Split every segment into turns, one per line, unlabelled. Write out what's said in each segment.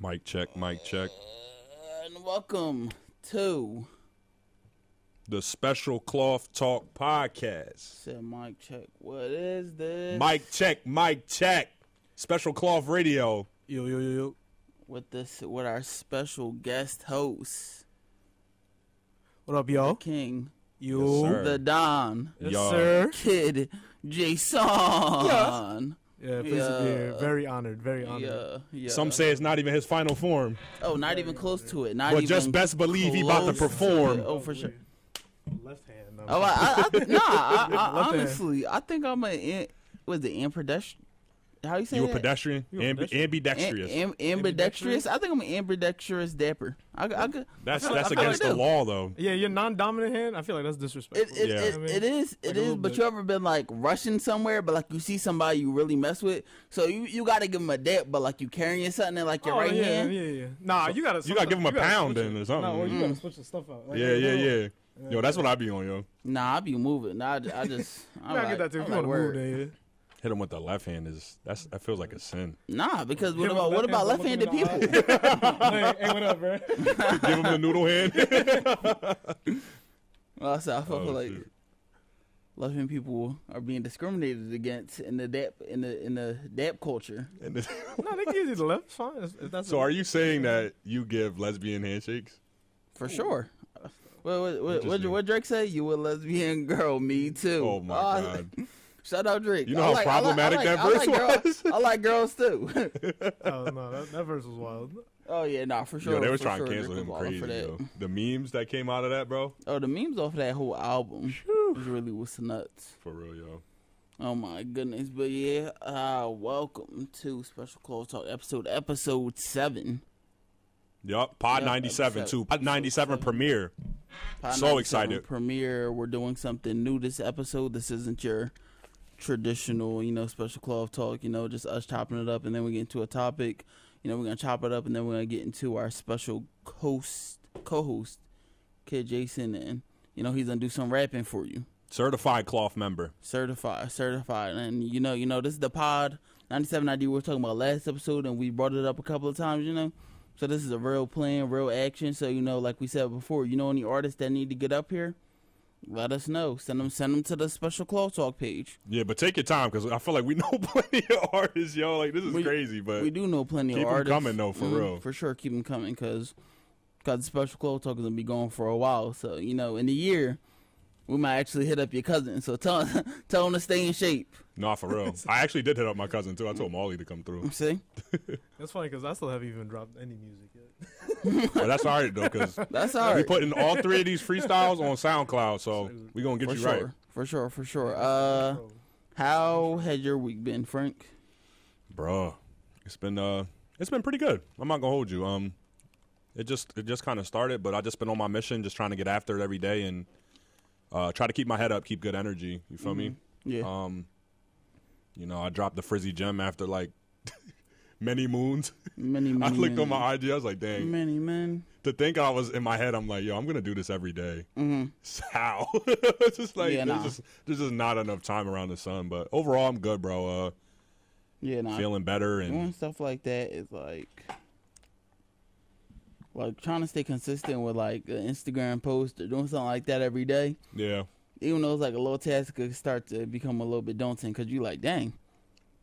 Mic check, mic check.
And welcome to
The Special Cloth Talk Podcast.
said Mike Check. What is this?
Mic check, mic check. Special Cloth Radio.
Yo, yo, yo, yo.
with this with our special guest host,
What up, y'all?
King,
Yo.
Yes, sir.
the Don,
Yes,
Y'all.
sir.
Kid, Jason.
Yeah, please
Yeah.
to be here. Very honored. Very
Yeah,
honored.
yeah.
Some say it's not even his final form,
oh, not even close to it. Not
but
even
just best believe he about to
close
perform.
it. Oh, for sure.
Left hand.
Oh, I, I, I, nah. I, I,
Left hand.
honestly, I think I'm a was the ampedestrious. How you say
You a
that?
pedestrian?
You a
Ambi-
pedestrian.
ambidextrous.
Am- am- ambidextrous. I think I'm an ambidextrous dapper. I, I could.
that's
I feel-
that's
I feel
against
like
the
that.
law, though.
yeah, your non-dominant hand. I feel like that's
It,
disrespectful.
it,
Yeah.
it,
I mean,
it is it
a
is
little
but
bit.
you ever been like rushing somewhere but like you see somebody you really mess with so you, you gotta give them a dip but like you carrying something in like your
oh,
right
yeah,
hand
yeah, yeah. Nah, you gotta.
You gotta give him a
gotta
pound
switch
in
it.
or something.
Nah, well, you gotta
Mm.
switch the stuff out. Like,
Yeah,
you
yeah,
know,
yeah. Yo, that's what I be on, yo.
nah I be moving nah, I, ju- I just
You
I'm
gotta
like,
get that too.
I'm
If you
like,
wanna move,
word.
then,
Hit him with the left hand is that's that feels like a sin.
nah because what
Hit 'em
about
with
what about
left hand,
left-handed
don't look
people
in yeah. hey, hey, what up, bro?
Give him the noodle hand.
well, so I feel
Oh,
like
shoot.
left-handed people are being discriminated against in the dap in the in the dap culture
And then-
no, they can use the left. It's fine. If if that's
so, are you saying that you give lesbian handshakes?
for sure. What what what, what,
Oh. Interesting.
what Drake say? You a lesbian girl? Me too.
Oh my
Oh, I-
god.
Shout out Drake.
You know
I
how
like- I like- I
problematic that
like- I
verse
like
was?
Girl, I like girls too.
Oh no, that, that verse was wild.
oh yeah, nah, for sure.
Yo, they were
for
trying
sure
to cancel
Drake
him
was all up
crazy.
for that.
Yo. The memes that came out of that, bro,
Oh, the memes off that whole album was really was nuts.
for real, yo.
Oh my goodness, but yeah, uh, welcome to Special Close Talk episode episode seven.
Yup, Pod
Yeah,
97
episode-
too. Pod 97 premiere.
Pod
So
97
excited.
Premiere. We're doing something new this episode. This isn't your traditional, you know, special cloth talk, you know, just us chopping it up and then we get into a topic. You know, we're gonna chop it up and then we're gonna get into our special host co host, Kid Jason and you know, he's gonna do some rapping for you.
Certified cloth member.
Certified certified and you know, you know, this is the pod ninety seven ID we were talking about last episode and we brought it up a couple of times, you know. So this is a real plan, real action. So you know, like we said before, you know any artists that need to get up here, let us know. Send them, send them to the special cloth talk page.
Yeah, but take your time because I feel like we know plenty of artists, yo. Like this is
We-
crazy, but
We do know plenty
Keep
of
'em
artists. Mm-hmm.
coming, though, for real.
For sure, keep them coming because because special clothes talk is gonna be going for a while. So you know, in a year, we might actually hit up your cousin. So tell tell him to stay in shape.
nah, for real. I actually did hit up my cousin too. I told Molly to come through.
See,
That's funny because I still haven't even dropped any music yet.
But that's all right though, because
that's all
we
right.
putting all three of these freestyles on SoundCloud, so we gonna get
for
you
sure,
right.
for sure, for sure. Uh,
Bro.
how had your week been, Frank?
Bruh. It's been uh it's been pretty good. I'm not gonna hold you. Um it just it just kinda started, but I just been on my mission just trying to get after it every day and uh try to keep my head up, keep good energy. You feel me?
Mm-hmm. Yeah,
Um you know, I dropped the frizzy gem after like many moons.
many, many. Mm-hmm.
I looked
many,
on my IG, I was like, dang.
many men.
To think I was in my head, I'm like, yo, I'm gonna do this every day.
Mm-hmm.
How? it's just like
Yeah,
there's
nah.
just there's just not enough time around the sun. But overall I'm good, bro. Uh
Yeah, nah. Mm.
feeling better and
doing stuff like that is like like trying to stay consistent with like an Instagram post or doing something like that every day.
yeah.
Even though it's like a little task, it could start to become a little bit daunting because you like, dang,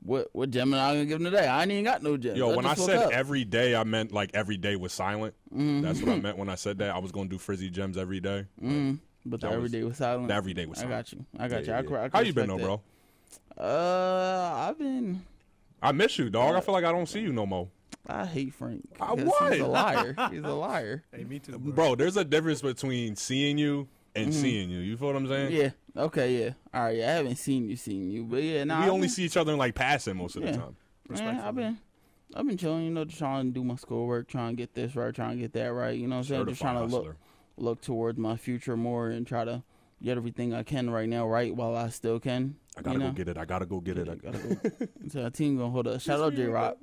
what what gem am I gonna give them today? I ain't even got no gems.
Yo, when I
just woke
said
up.
every day, I meant like every day was silent. That's what I
Mm-hmm.
meant when I said that. I was going to do frizzy gems every day.
Mhm. but the
that
every
was-
day was silent.
The every day was
Mm-hmm. I
silent.
got you. I got
Yeah,
you. I,
yeah,
cor- I
yeah.
can
How you been, though,
respect
bro?
that. Uh, I've been.
I miss you, dog. I feel like I don't see you no more.
I hate Frank.
I-
because He's a
Uh, what?
liar. He's a liar.
Hey, me too, bro.
Bro, there's a difference between seeing you and seeing you. You feel what I'm saying?
Mm-hmm. Yeah. Okay. Yeah. All right. Yeah. I haven't seen you, seen you, but yeah. Nah,
we
I've
only
been-
see each other in like passing most of the
Yeah.
time.
Man, I've been, I've been chilling. You know, just trying to do my schoolwork, trying to get this right, trying to get that right. You know, what I'm saying, just
Certified
trying to look
hustler.
look towards my future more and try to get everything I can right now right while I still can.
I gotta
you know?
go get it. I gotta go get it. I
Gotta go. so our team gonna hold up. Shout out J Rock.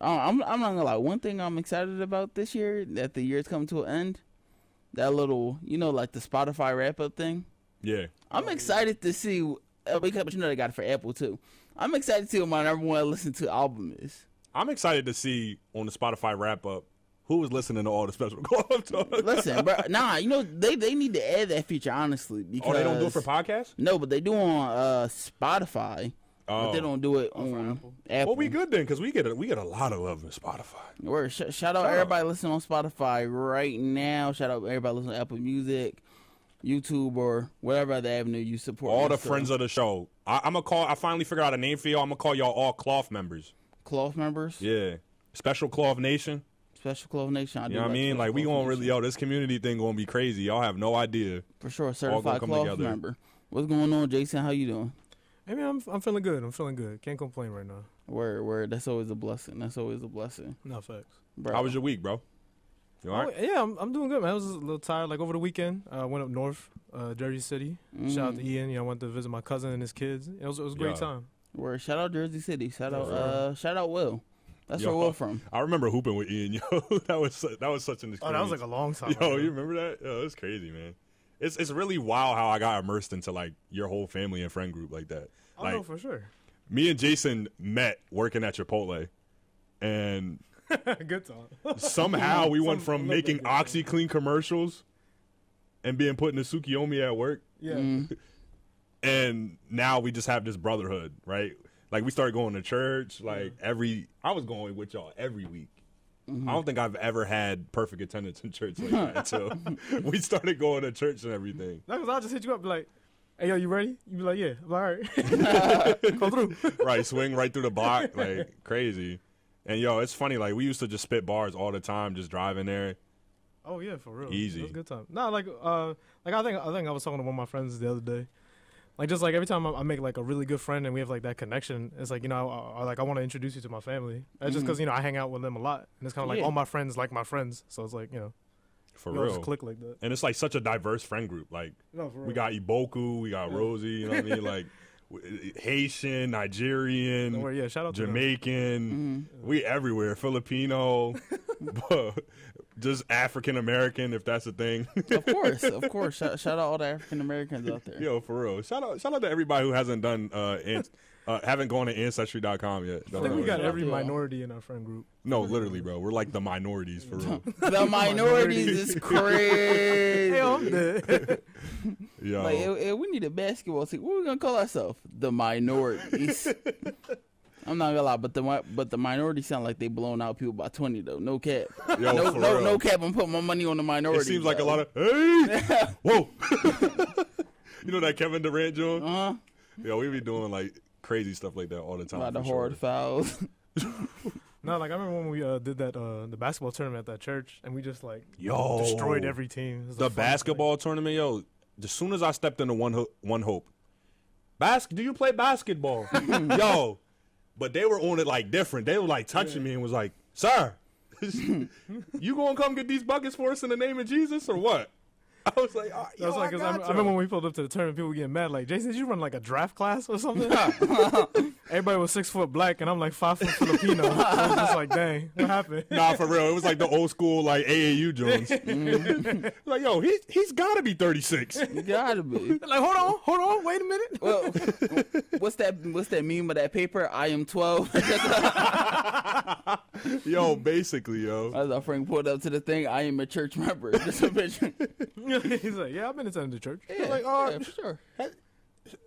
I'm I'm not gonna lie. One thing I'm excited about this year that the year's come to an end. That little, you know, like the Spotify wrap up thing.
Oh, Yeah.
I'm excited to see. uh, Because you know they got it for Apple too. I'm excited to see what my number one listen to album is.
I'm excited to see on the Spotify wrap up who was listening to all the special club talk.
Listen, bro. Nah, you know they they need to add that feature honestly because
Oh, they don't do it for podcasts.
No, but they do on uh, Spotify. But
Oh.
they don't do it
for
on Apple.
Apple.
Well, we good then because we get a, we get a lot of love in Spotify.
Word. Sh- shout out
Shout out.
everybody listening on Spotify right now. Shout out everybody listening to Apple Music, YouTube, or whatever other avenue you support.
All the
us, uh,
friends of the show. I, I'm gonna call. I finally figured out a name for y'all. I'm gonna call y'all all cloth members.
cloth members,
Yeah, special cloth nation.
special cloth nation. I
You
do
know what I mean?
Special
Like we
Cloth
gonna really
Nation.
yo this community thing gonna be crazy. Y'all have no idea.
for sure
gonna
certified
come
cloth
together.
member. What's going on, Jason? How you doing?
I mean, I'm I'm feeling good. I'm feeling good. Can't complain right now.
Word, word. That's always a blessing. That's always a blessing,
No facts.
bro.
How was your week, bro? You all right?
Oh, yeah, I'm, I'm doing good, man. I was a little tired. Like over the weekend, I uh, went up north, uh, Jersey City. Shout out to
Mm.
Ian. You know, I went to visit my cousin and his kids. It was it was a great
Yeah.
time.
Word. Shout out Jersey City. Shout out.
Yeah.
Uh, shout out Will. That's
Yo.
where Will from.
I remember hooping with Ian. Yo, that was su- that was such an experience.
a long time.
Yo, you remember that? Yo, it's crazy, man. It's it's really wild how I got immersed into like your whole family and friend group like that.
I
Like
know for sure.
me and Jason met working at Chipotle, and
good time.
somehow we went
Some-
from
a little
making
bit different.
OxyClean commercials and being put into Tsukiyomi at work,
Yeah.
Mm.
and now we just have this brotherhood, right? Like we started going to church, like every I was going with y'all every week. I don't think I've ever had perfect attendance in church like that until we started going to church and everything.
That was I just hit you up be like, hey yo, you ready? You be like, yeah. I'm like, all right. Come through.
right, swing right through the block, like crazy. And yo, it's funny. Like we used to just spit bars all the time, just driving there.
Oh yeah, for real.
Easy.
It was a good time. No, like uh, like I think I think I was talking to one of my friends the other day. Like just like every time I, I make like a really good friend and we have like that connection, it's like you know I, I like I want to introduce you to my family. That's
Mm-hmm.
just because you know I hang out with them a lot, and it's kind of like
Yeah.
all my friends like my friends, so it's like you know
For
we all
real.
just click like that.
and it's like such a diverse friend group. Like
No, for real.
we got Iboku, we got Rosie. You know what I mean? Like w- Haitian, Nigerian,
Or, yeah, Mm-hmm. shout out to them.
Jamaican. We everywhere. Filipino, but just African American, if that's a thing.
of course, of course. Shout, shout out all the African Americans out there.
Yo, for real. Shout out, shout out to everybody who hasn't done, uh, an- uh haven't gone to ancestry.com yet.
I think we got
Shout out
every
to y'all.
minority in our friend group.
No, literally, bro. We're like the minorities for real.
The minorities is crazy.
Hey, I'm dead.
Yo,
Like, eh, eh, we need a basketball team. What are we gonna call ourselves? The minorities. I'm not gonna lie, but the mi- but the minorities sound like they blowing out people by 20 though. No cap.
yo,
no
for
no
real.
no cap. I'm putting my money on the
It
minorities.
seems like a
though.
lot of hey, whoa. you know that Kevin Durant joint?
uh-huh.
Yo, we be doing like crazy stuff like that all the
a
time.
lot of
for sure.
hard fouls.
no, like I remember when we uh, did that uh, the basketball tournament at that church, and we just like
Yo,
destroyed every team. It was a
the
fun thing.
basketball tournament. Yo, as soon as I stepped into one Ho- one hope, Bas- Do you play basketball? yo, but they were on it like different. They were like touching me and was like, "Sir, you gonna come get these buckets for us in the name of Jesus or what?" I was like, "Ah, yo,
That's like,
I,
'cause I,
got
I
you."
remember when we pulled up to the tournament, people were getting mad. Like, Jason, did you run like a draft class or something? Everybody was six foot black, and I'm like five foot Filipino. I was just like, dang, what happened?
nah, for real. It was like the old school like AAU Jones. like, yo, he he's gotta be 36.
You gotta be.
Like, hold on, hold on, wait a minute.
Well, what's that? What's that meme of that paper? I am 12.
Yo, basically, yo.
As our friend pulled up to the thing, I am a church member. Just a picture.
He's like, yeah, I've been attending the church.
Yeah,
like, oh,
yeah, for sure.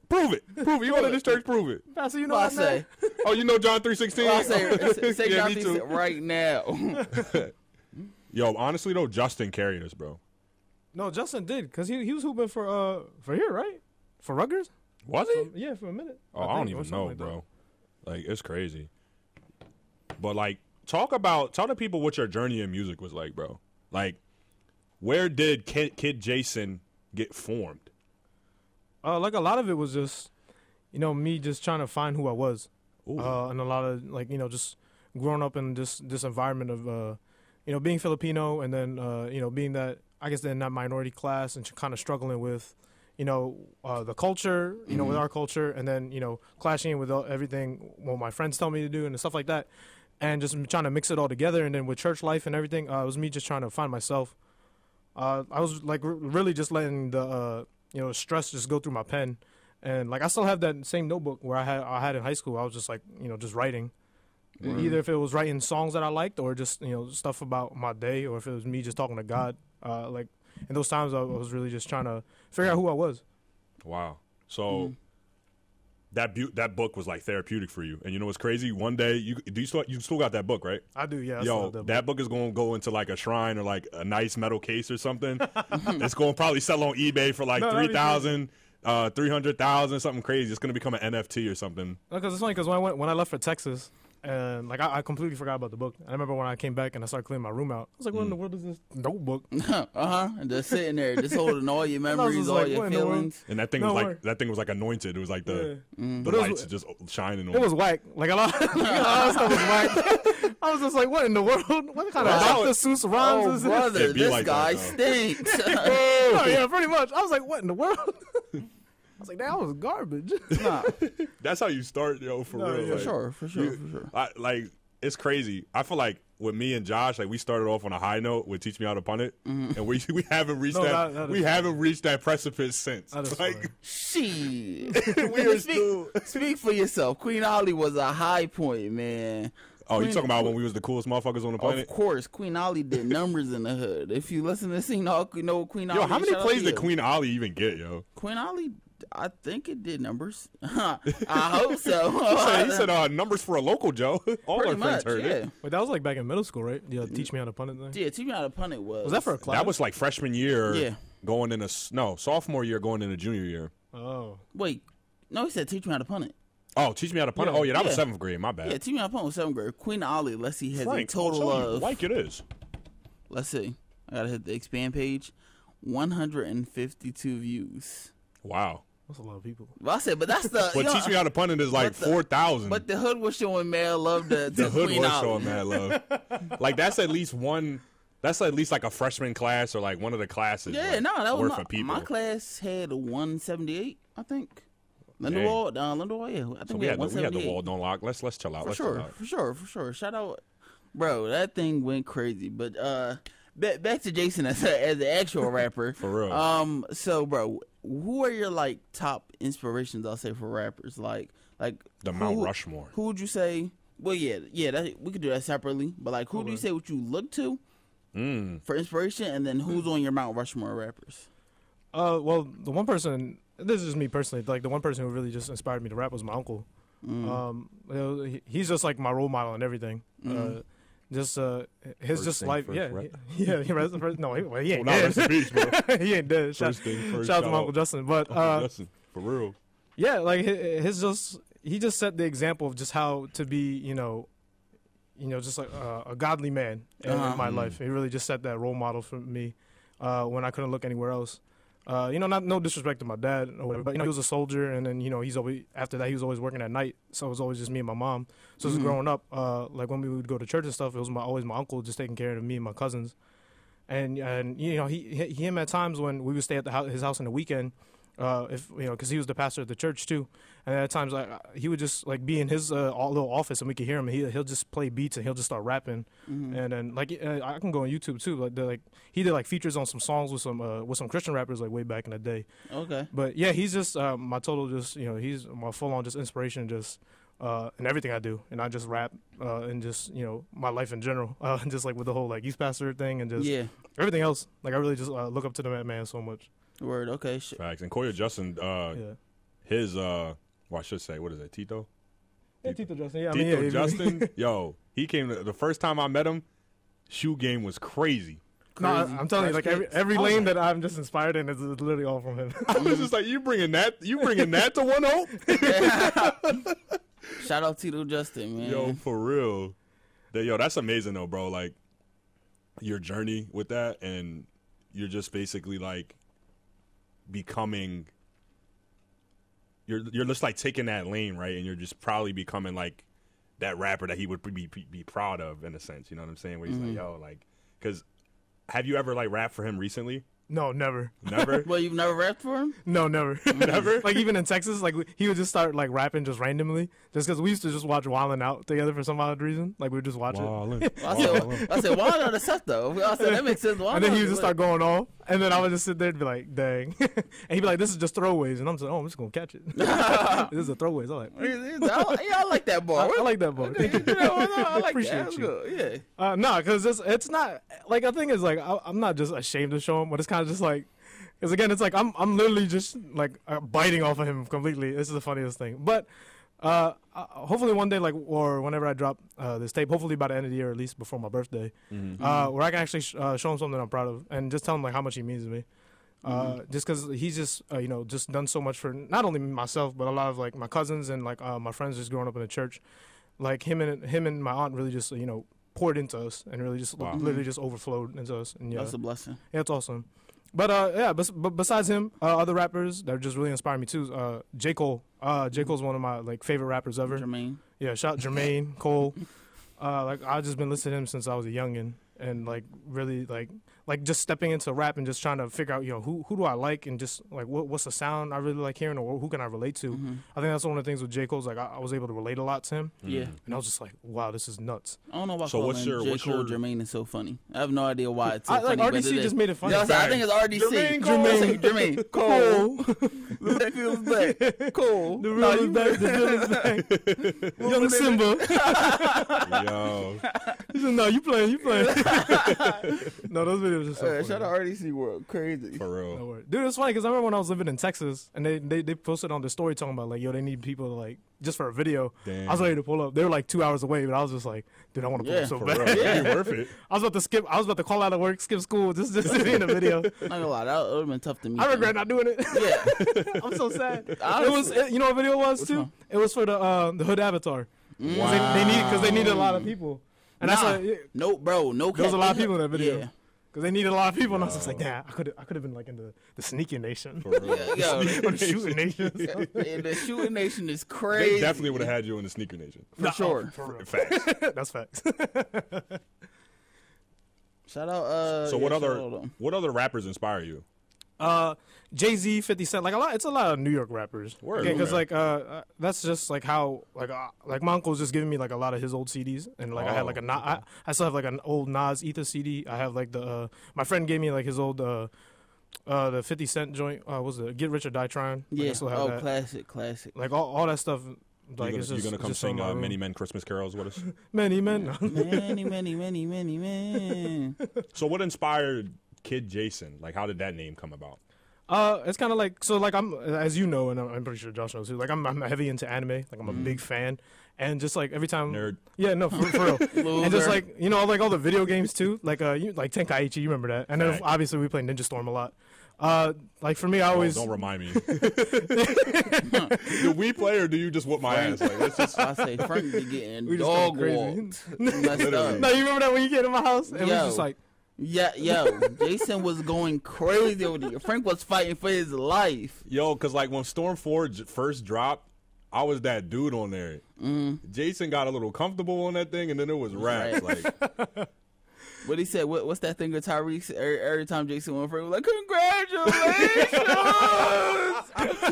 Prove it. Prove it. You go to this church, prove it.
Pastor, you know
Well, I
what I
say,
Oh, you know John 316?
well, I say, say
yeah,
John
me
Thiessen
too.
right now.
Yo, honestly though, Justin carried us, bro.
No, Justin did, because he, he was hooping for uh for here, right? For Rutgers?
Was he?
Yeah, for a minute.
Oh, I, don't
think, or
even
something
know,
like that.
bro. Like, it's crazy. But like, talk about tell the people what your journey in music was like, bro. Like, where did Kid, Kid Jason get formed?
Uh, like, a lot of it was just, you know, me just trying to find who I was.
Ooh.
uh, and a lot of like you know just growing up in this this environment of uh, you know being Filipino and then uh, you know being that I guess in that minority class and kind of struggling with you know uh, the culture you know with our culture and then you know clashing with all- everything what my friends tell me to do and stuff like that and just trying to mix it all together and then with church life and everything uh, it was me just trying to find myself uh, I was like r- really just letting the uh, you know stress just go through my pen, and like I still have that same notebook where I had I had in high school. I was just like you know just writing,
Right.
Either if it was writing songs that I liked, or just you know stuff about my day, or if it was me just talking to God. Uh, like in those times, I was really just trying to figure out who I was.
Wow. So that bu- that book was like therapeutic for you. And you know what's crazy? One day you do you still you still got that book, right?
I do, yeah. I still
Yo,
have that book.
that book is gonna go into like a shrine or like a nice metal case or something. it's gonna probably sell on eBay for like
No, that'd
three
be
thousand, uh, three hundred thousand, something crazy. It's gonna become an NFT or something.
Because it's funny because when I went when I left for Texas and like I, I completely forgot about the book. I remember when I came back and I started cleaning my room out. I was like, what in the world is this notebook?
uh huh. Just sitting there, just holding all your
And I was
memories,
just
all
like,
your
what in the world?
feelings.
And that thing
No
was like
word.
that thing was like anointed. It was like the, the
But it was-
lights just shining on.
It was whack. Like a lot, like, a lot of stuff was whack. I was just like, what in the world? What kind of
Wow.
Dr. Seuss rhymes
Oh
is this?
brother,
It'd be
this
like
guy
that, though.
stinks.
Oh, yeah, pretty much. I was like, what in the world? I was like, that was garbage.
nah,
That's how you start, yo, for
No,
real.
yeah.
for
like-
sure, for sure, for sure.
I, like it's crazy. I feel like with me and Josh, like we started off on a high note with "Teach Me How to Punt It,"
Mm-hmm.
and we we haven't reached
No,
that,
that- that
we
is
haven't reached that precipice since.
That is
like
funny.
Shit.
we are
speak,
still.
speak for yourself. Queen Ollie was a high point, man.
Oh, you
Queen-
talking about when we was the coolest motherfuckers on the
Of
planet?
course, Queen Ollie did numbers in the hood. If you listen to Sing Hawk, you know what Queen Ollie.
Yo, how many
shout out
plays
to
did
you.
Queen Ollie even get, yo?
Queen Ollie? I think it did numbers. I hope so.
He said, he said, uh, numbers for a local Joe. All
Pretty
our friends
much,
heard
yeah.
it.
But that was like back in middle school, right? Yeah, teach me how to punt it thing.
Yeah, teach me how to punt it was.
Was that for a class?
That was like freshman year,
Yeah.
going in a s- no sophomore year, going into junior year.
Oh.
Wait, no, he said teach me how to punt it.
Oh, teach me how to punt. it?
Yeah.
Oh yeah, that was
Yeah.
seventh grade. My bad.
Yeah, teach me how to punt was seventh grade. Queen Ollie, let's see, has
Frank,
a
I'll
total
tell you,
of
like it is.
let's see. I gotta hit the expand page. 152 views.
Wow.
That's a lot of people.
Well, I said, but that's the.
But
you know,
teach me how to punt it is like
but the-
four thousand.
But the hood was showing mad love to, to
the hood
Queen
was
Ollie.
showing mad love. like that's at least one. That's at least like a freshman class or like one of the classes.
Yeah,
like,
no, that was
worth
my,
of people.
my class had a 178, I think.
Dang.
Linderwald, uh, Linderwald, yeah, I think
So
we had
the, we had the
178.
wall don't lock. Let's let's chill out.
for
let's
sure,
chill out.
for sure, for sure. Shout out, bro, that thing went crazy. But uh, back, back to Jason as a, as an actual rapper,
For real.
Um, so bro, who are your like top inspirations? I'll say for rappers, like like
The
who-
Mount Rushmore.
Who would you say? Well, yeah, yeah, that, we could do that separately. But like, who do you say what you look to
Mm.
for inspiration, and then who's on your Mount Rushmore rappers?
Uh, well, the one person, this is just me personally, like the one person who really just inspired me to rap was my uncle. Um, you know, he- he's just like my role model and everything. Uh, just uh, his
First
just
thing
life,
first,
yeah,
right?
yeah. He, rest- first- no, he, well, he ain't
Well, not rest in
dead.
peace, bro.
he ain't dead. Shout,
First thing first,
shout out
shout
to my
out.
uncle Justin. But
Uncle
uh,
Justin, for real.
yeah, like hi- his just he just set the example of just how to be, you know, you know, just like uh, a godly man in, in
Uh-huh.
my life. He really just set that role model for me uh, when I couldn't look anywhere else. Uh, you know, not no disrespect to my dad or whatever, but you know, he was a soldier, and then you know, he's always after that he was always working at night, so it was always just me and my mom. So just growing up, uh, like when we would go to church and stuff, it was my always my uncle just taking care of me and my cousins, and and you know, he, he him at times when we would stay at the house, his house on the weekend, uh, if you know, because he was the pastor of the church too, and at times like he would just like be in his uh, all- little office and we could hear him. He he'll just play beats and he'll just start rapping,
Mm-hmm.
and then like uh, I can go on YouTube too. Like they're, like he did like features on some songs with some uh, with some Christian rappers like way back in the day.
Okay,
But yeah, he's just uh, my total just you know he's my full on just inspiration just. Uh, in everything I do, and I just rap, uh, and just you know my life in general, uh, just like with the whole like youth pastor thing, and just
yeah,
everything else. Like I really just uh, look up to the man- man so much.
word, okay, sh-
Facts. And Koya Justin, uh,
Oh, Yeah.
his uh, well, I should say, what is it, Tito?
Hey, Tito Justin. Yeah, I mean,
Tito
yeah, he-
Justin, yo, he came to, the first time I met him. Shoe game was crazy.
No, I-
Crazy.
I'm telling you,
Fresh
like every
kicks.
every lane that I'm just inspired in is is literally all from him.
I was just like, you bringing that, you bringing that to one oh? hope,
shout out Tito Justin, man.
yo, for real. That- yo, that's amazing though, bro. Like your journey with that, and you're just basically like becoming. You're you're just like taking that lane, right? And you're just probably becoming like that rapper that he would be be, be proud of in a sense. You know what I'm saying? Where he's like, yo, like, because have you ever like rapped for him recently?
No, never.
Never.
Well, you've never rapped for him?
No, never.
Never?
like even in Texas, like we- he would just start like rapping just randomly, just because we used to just watch Wildin' Out together for some odd reason. Like we would just watch it.
I said, I said, why not a set though? I said, that makes sense. Why
and then
not?
he would just start going off, and then I would just sit there and be like, "Dang," and he'd be like, "This is just throwaways," and I'm just like, "Oh, I'm just gonna catch it. this is a throwaways." I'm like,
I, yeah, I like that
I,
bar.
I like that bar.
You
Thank you.
know, I like
Appreciate
that. That's
you.
good. Yeah.
Uh, no, because it's it's not like I think it's like I, I'm not just ashamed to show him, but it's kind of just like, because again, it's like I'm I'm literally just like uh, biting off of him completely. This is the funniest thing. But uh, uh, hopefully one day, like or whenever I drop uh, this tape, hopefully by the end of the year, at least before my birthday, uh,
Mm.
where I can actually sh- uh, show him something I'm proud of and just tell him like how much he means to me. Uh,
Mm-hmm.
just because he's just uh, you know just done so much for not only myself but a lot of like my cousins and like uh, my friends just growing up in the church like him and him and my aunt really just you know poured into us and really just
Wow.
literally just overflowed into us and yeah
Mm-hmm. That's a blessing.
yeah, it's awesome. But uh, yeah, bes- but besides him, uh, other rappers that just really inspired me too. is, Uh, J Cole. Uh,
Mm-hmm.
J Cole's one of my like favorite rappers ever.
Jermaine.
Yeah, shout Jermaine Cole. Uh, like I've just been listening to him since I was a youngin, and like really like like just stepping into rap and just trying to figure out you know who who do I like and just like what what's the sound I really like hearing or who can I relate to.
Mhm.
I think that's one of the things with J Cole's like I, I was able to relate a lot to him,
Yeah.
and I was just like wow this is nuts.
I don't know why
Hmm. So
calling
what's your-
J.
what's
Cole
your-
Jermaine is so funny. I have no idea why it's so
I, like
funny. but it
RDC
is.
just made it funny.
Yeah, I, said, I think it's RDC.
Jermaine
Cole.
I said, Jermaine Cole. that feels back. Cool.
The real is back. The real is back. Young Simba.
Mm-hmm. Yo.
He said, no, you playing. You playing. no, those videos are so funny.
shout out RDC World. Crazy.
For
No
real.
word. Dude, it's funny because I remember when I was living in Texas and they, they, they posted on their story talking about like, yo, they need people to like, just for a video.
Damn.
I was ready to pull up. They were like two hours away, but I was just like, dude, I want to pull
Yeah,
up so
For
bad.
real. It'd be worth it.
I was about to skip, I was about to call out of work, skip school, just, just to be in a video.
Not gonna lie, that would have been tough to meet.
I regret
him.
not doing it.
Yeah.
I'm so sad. it was,
Honestly.
it, you know what video it was too?
one?
It was for the, uh, the Hood Avatar. 'Cause they- They, need, because they needed a lot of people. And that's
Nah.
why, yeah,
No, bro. No.
There was a
cap.
lot of people in that video.
Yeah.
Cause they needed a lot of people, and I was just like, "Nah, I could, I could have been like in the, the sneaky nation,
For real.
Yeah, yo,
or the shooting nation."
and the shooting nation is
They
crazy.
definitely would have had you in the sneaker nation.
for sure.
For real.
Facts.
That's facts.
Shout out. Uh,
So
yeah,
what
shout
other
out to 'em.
what other rappers inspire you?
Uh, Jay Z, Fifty Cent, like a lot. It's a lot of New York rappers.
Word,
because
okay.
like uh, uh, that's just like how like uh, like my uncle's just giving me like a lot of his old CDs, and like I had
Oh,
like a Na- I, I still have like an old Nas Ether CD. I have like the uh, my friend gave me like his old uh, uh the Fifty Cent joint. Uh, what was the Get Rich or Die Trying? Like, I
Yeah.
still have
Oh,
that.
classic, classic.
like all, all that stuff. Like
you gonna,
it's just
you gonna
it's
come
just so in
sing
my
uh,
room.
many men Christmas carols with us?
many men.
Many, many, many, many, many.
so what inspired Kid Jason? Like how did that name come about?
Uh, it's kind of like so. Like I'm, as you know, and I'm, I'm pretty sure Josh knows too. Like I'm, I'm heavy into anime. Like I'm a big fan, and just like every time,
Mm-hmm. Nerd.
Yeah, no, for, for real. and just
Loser.
like you know, like all the video games too. Like uh, you, like Tenkaichi, you remember that? And then
Right.
obviously we play Ninja Storm a lot. Uh, like for me, I
Oh,
always
don't remind me. do we play or do you just whoop my ass? Like let's just
I say Frank be getting
We just going
dog
crazy.
walked. Messed
no,
up.
you remember that when you came to my house and we was
Yo.
just like,
Yeah, yo, Jason was going crazy over there. Frank was fighting for his life.
Yo, cause like when Storm Forge first dropped, I was that dude on there. Jason got a little comfortable on that thing, and then it was raps. Like,
What he said? What, what's that thing with Tyrese? Every, every time Jason went, Frank was like, "Congratulations!"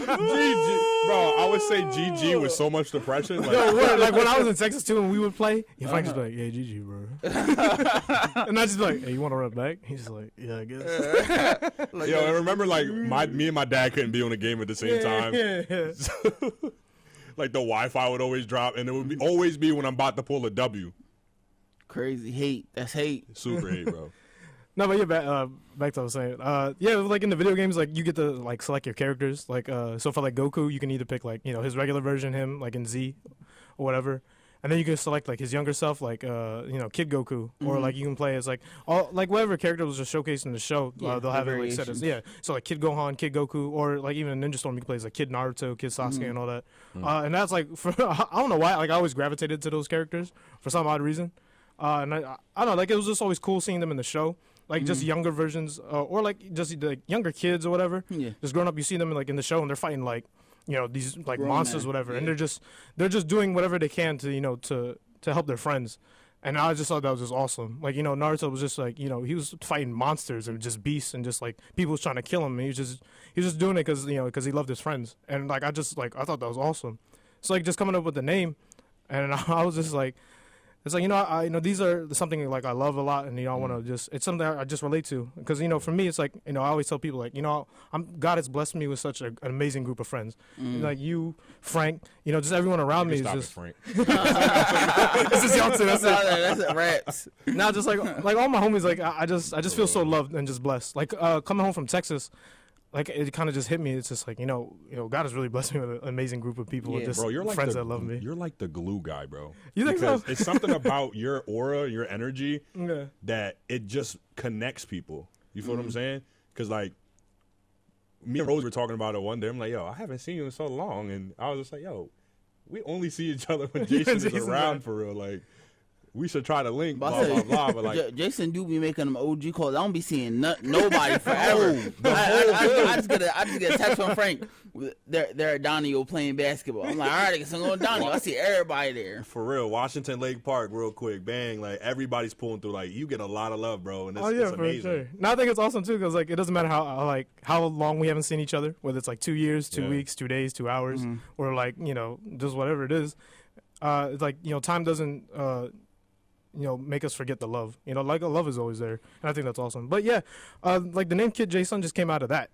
GG, bro, I would say GG with so much depression. Like,
yo, what? like when I was in Texas too, and we would play. Yeah, Frank just be
Uh-huh.
like, yeah, GG, bro. and I just be like, hey, you want to run back? He's just like, yeah, I guess.
Like,
yo, I remember like my me and my dad couldn't be on the game at the same time.
Yeah, yeah, yeah.
Like the Wi-Fi would always drop, and it would be, always be when I'm about to pull a W.
crazy hate. That's hate.
Super hate, bro.
No, but yeah, back, uh, back to what I was saying. Uh, yeah, like in the video games, like you get to like select your characters. Like, uh, so for like Goku, you can either pick like you know his regular version, him like in Z, or whatever, and then you can select like his younger self, like uh, you know Kid Goku, or like you can play as like all like whatever character was just showcased in the show.
Yeah,
uh, they'll
the
have it like set as yeah. So like Kid Gohan, Kid Goku, or like even in Ninja Storm, you can play as like Kid Naruto, Kid Sasuke, and all that. Uh, and that's like for, I don't know why like I always gravitated to those characters for some odd reason. Uh, and I, I, I don't know, like it was just always cool seeing them in the show, like
Mm-hmm.
just younger versions, uh, or like just like younger kids or whatever.
Yeah.
Just growing up, you see them like in the show, and they're fighting like, you know, these like
Grown
monsters,
men,
whatever,
yeah.
and they're just they're just doing whatever they can to you know to to help their friends. And I just thought that was just awesome. Like, you know, Naruto was just like, you know, he was fighting monsters and just beasts and just like people was trying to kill him. And he was just, he was just doing it because, you know, because he loved his friends. And like, I just, like, I thought that was awesome. So like just coming up with the name. And I was just like, it's like, you know, I, you know, these are something like I love a lot. And, you know, I
Mm.
want to just, it's something I I just relate to. Because, you know, for me, it's like, you know, I always tell people like, you know, I'm, God has blessed me with such a, an amazing group of friends. Like you, Frank, you know, just everyone around me
Mm. You
is
can stop
just,
it, Frank.
this is Yeltsin, that's it.
That's it. That's it. Rats.
now just like like all my homies like I, I just I just feel so loved and just blessed. Like uh coming home from Texas, like it kind of just hit me. It's just like you know you know God has really blessed me with an amazing group of people.
Yeah.
Just
Bro, you're like
friends
the,
that love me.
You're like the glue guy, bro.
You think so?
Because It's something about your aura, your energy,
Yeah. Mm-hmm.
that it just connects people. You feel what I'm saying? Because like me and Rose were talking about it one day. I'm like, yo, I haven't seen you in so long, and I was just like, yo, we only see each other when Jason is
Jason's
around
around.
for real. Like, we should try to link,
But
blah
I
blah
said,
blah. But
J-
like,
Jason do be making them OG calls. I don't be seeing no- nobody forever.
the
I, I, I, I just get a, I just get a text from Frank. They're they're at Donio playing basketball. I'm like, all right, I guess I'm going to Donio. I see everybody there.
for real, Washington Lake Park, real quick, bang! Like everybody's pulling through. Like you get a lot of love, bro, and it's,
oh yeah,
it's
for
amazing.
sure. Now I think it's awesome too because like it doesn't matter how uh, like how long we haven't seen each other, whether it's like two years, two
Yeah. Mm-hmm.
weeks, two days, two hours, or like you know just whatever it is. Uh, it's like you know time doesn't uh, you know make us forget the love. You know, like love is always there, and I think that's awesome. But yeah, uh, like the name Kid Jason just came out of that.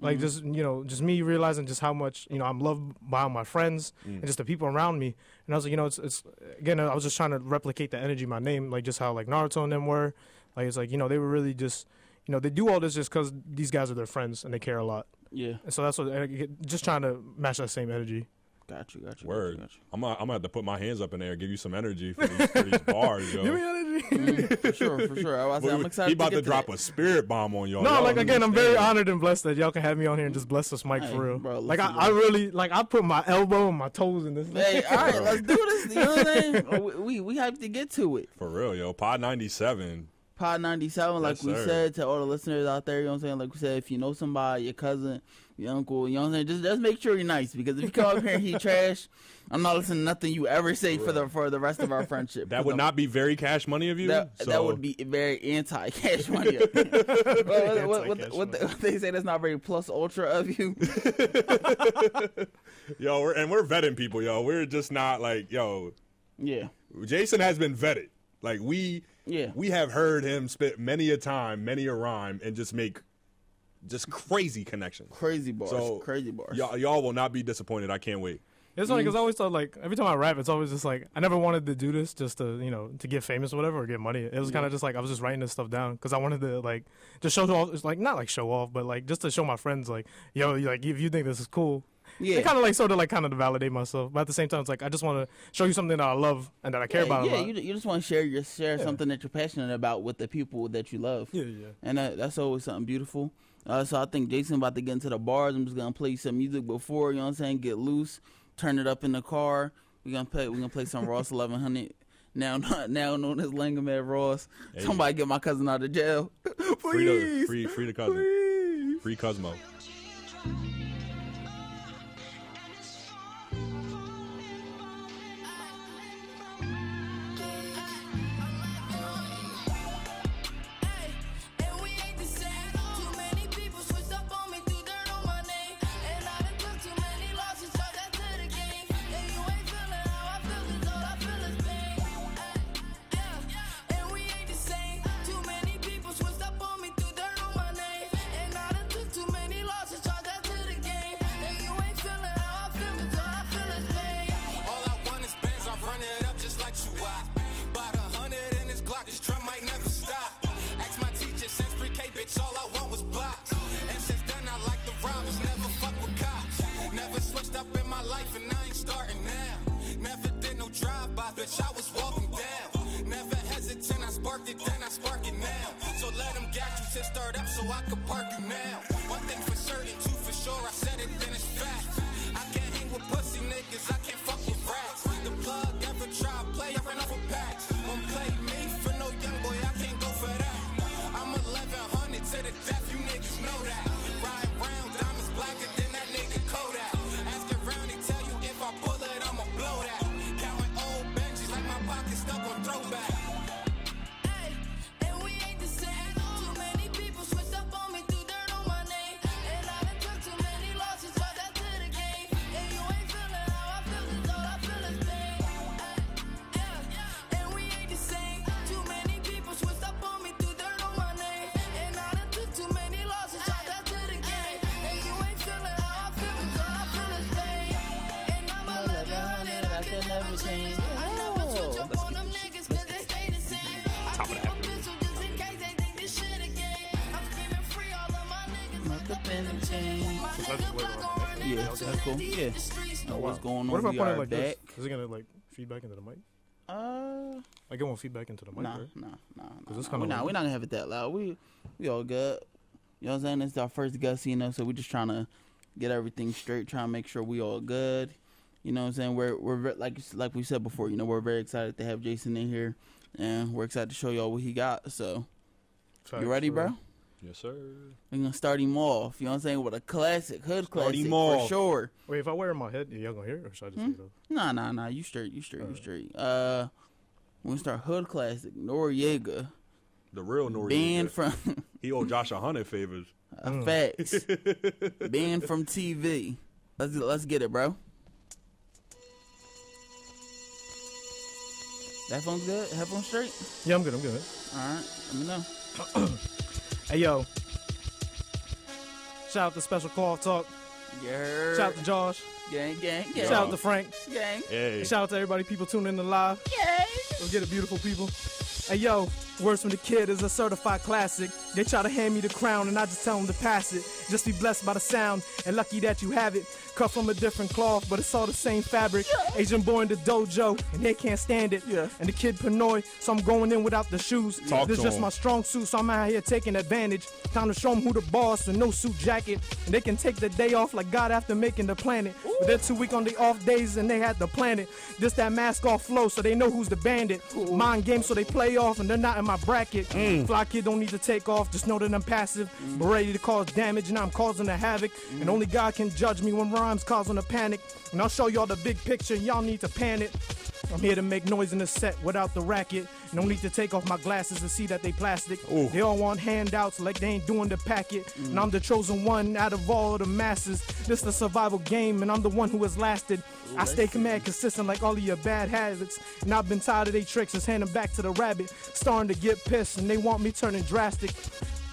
Like just you know, just me realizing just how much you know I'm loved by all my friends and just the people around me. And I was like, you know, it's it's again, I was just trying to replicate the energy of my name, like just how like Naruto and them were. Like it's like you know they were really just you know they do all this just because these guys are their friends and they care a lot.
Yeah,
And so that's what just trying to match that same energy.
got you, got you.
Word.
got you,
I'm gonna, I'm gonna have to put my hands up in the air, give you some energy for these, for these bars, yo.
Give me energy.
got you. Mhm, for sure, for sure. I was, I'm excited.
he about to,
get
drop
that.
a spirit bomb on y'all.
No,
Y'all
like
don't
again, I'm very
understand.
honored and blessed that y'all can have me on here and just bless this mic
Hey,
for real.
bro,
like I,
listen,
I
bro.
really like I put my elbow and my toes in this.
Hey, all right, let's do this. You know what I'm saying? We, we we have to get to it.
For real, yo. Pod 97.
Pod 97, like
Yes,
we
sir.
said to all the listeners out there, you know what I'm saying? Like we said, if you know somebody, your cousin, your uncle, you know what I'm saying? Just, just make sure you're nice because if you come up here and he trash, I'm not listening to nothing you ever say for the for the rest of our friendship.
That would
I'm-
not be very cash money of you.
That,
so
that would be very anti cash money. But what, what, what,
Anti-cash
what the- what they say that's not very plus ultra of you.
Yo, we're, and we're vetting people, yo. We're just not like, yo,
yeah.
Jason has been vetted. Like, we
Yeah.
we have heard him spit many a time, many a rhyme, and just make just crazy connections.
Crazy bars.
So,
crazy bars.
Y'all, y'all will not be disappointed. I can't wait.
It's funny because I always thought like every time I rap, it's always just like I never wanted to do this just to you know to get famous or whatever or get money. It was kind of just like I was just writing this stuff down because I wanted to like just show off. It's like not like show off, but like just to show my friends like yo, you- like if you think this is cool,
yeah.
it kind of like sort of like kind of to validate myself. But at the same time, it's like I just want to show you something that I love and that I care
yeah,
about
yeah,
a lot.
you, ju- you just want to share your share something that you're passionate about with the people that you love.
yeah, yeah.
and that, that's always something beautiful. Uh, so I think Jason about to get into the bars. I'm just gonna play some music before you know what I'm saying. Get loose, turn it up in the car. We're gonna play. We're gonna play some Ross 1100. Now, now known as Langham at Ross. Somebody get my cousin out of jail,
Free the,
please.
free, free the cousin. Free Cosmo.
All I want is bands, I run it up just like you are. Bought a hundred in this Glock, this drum might never stop. Ask my teacher since pre-K, bitch, all I want was blocks. And since then I like the robbers, never fuck with cops. Never switched up in my life and I ain't starting now. Never did no drive-by, bitch, I was walking down. Never hesitant, I sparked it, then I spark it now. So let them gas you, to start up so I could park you now. One thing for certain, two for sure, I said it, then it's fact. I can't hang with pussy niggas, I can't fuck with rats. The plug ever try to play up another pack. One play me for no young boy, I can't go for that. I'm 1100 to the death, you niggas know that. Ride round, diamonds blacker than that nigga Kodak. Ask around, they tell you if I pull it, I'ma blow that. Counting old benches like my pocket stuck on throwback.
that's later on.
Yeah, that's cool. Yeah. Know what's going on?
Oh, What if I
we
put
are
it like
back.
this? Is it gonna like feedback into the mic?
Uh,
Like it won't feedback into the mic,
nah,
right?
nah, nah, nah.
'Cause it's
nah. We're
kinda
not,
loud.
we're not gonna have it that loud. We, we all good. You know what I'm saying? This is our first guest, you know, so we're just trying to get everything straight, trying to make sure we all good. You know what I'm saying? We're we're ve- like like we said before, you know, we're very excited to have Jason in here, and we're excited to show y'all what he got. So,
Facts,
you ready,
for real.
bro?
Yes, sir.
We're gonna start him off. You know what I'm saying? With a classic hood
Start
classic
him
for
off.
sure.
Wait, if I wear it in my head, y'all gonna hear it, or should I just
Hmm?
take it off?
Nah, nah, nah. You straight. You straight. You
Alright.
straight. Uh, we're gonna start hood classic. Noriega,
The real
banned
Noriega.
from
he owed Josh a hundred favors.
uh, facts,
Hmm.
banned from TV. Let's let's get it, bro. That phone's good. Headphones straight.
Yeah, I'm good. I'm good.
All right. Let me know.
Hey yo, shout out to Special Cloth Talk.
Yeah.
Shout out to Josh.
gang, gang, gang,
Yeah.
Shout out to Frank.
gang.
Hey,
Shout out to everybody, people tuning in to live. Let's get it, beautiful people. Hey, yo, Words from the Kid is a certified classic. They try to hand me the crown, and I just tell them to pass it. Just be blessed by the sound, and lucky that you have it. Cut from a different cloth, but it's all the same fabric. Asian boy in the dojo, and they can't stand it.
Yeah.
And the kid Pinoy, so I'm going in without the shoes.
Talk
this
to
just
him.
my strong suit, so I'm out here taking advantage. Time to show 'em who the boss, and no suit jacket. And they can take the day off like God after making the planet. But they're too weak on the off days, and they had the planet. This that mask off flow, so they know who's the bandit. Mind game, so they play off, and they're not in my bracket. Fly kid don't need to take off, just know that I'm passive, but ready to cause damage, and I'm causing the havoc. And only God can judge me when rhymes causing a panic. And I'll show y'all the big picture, and y'all need to pan it. I'm here to make noise in the set without the racket. No need to take off my glasses to see that they plastic.
Ooh.
They all want handouts like they ain't doing the packet. And I'm the chosen one out of all the masses. This the survival game, and I'm the one who has lasted. I stay command consistent like all of your bad habits. And I've been tired of they tricks, just hand 'em back to the rabbit. Starting to get pissed, and they want me turning drastic.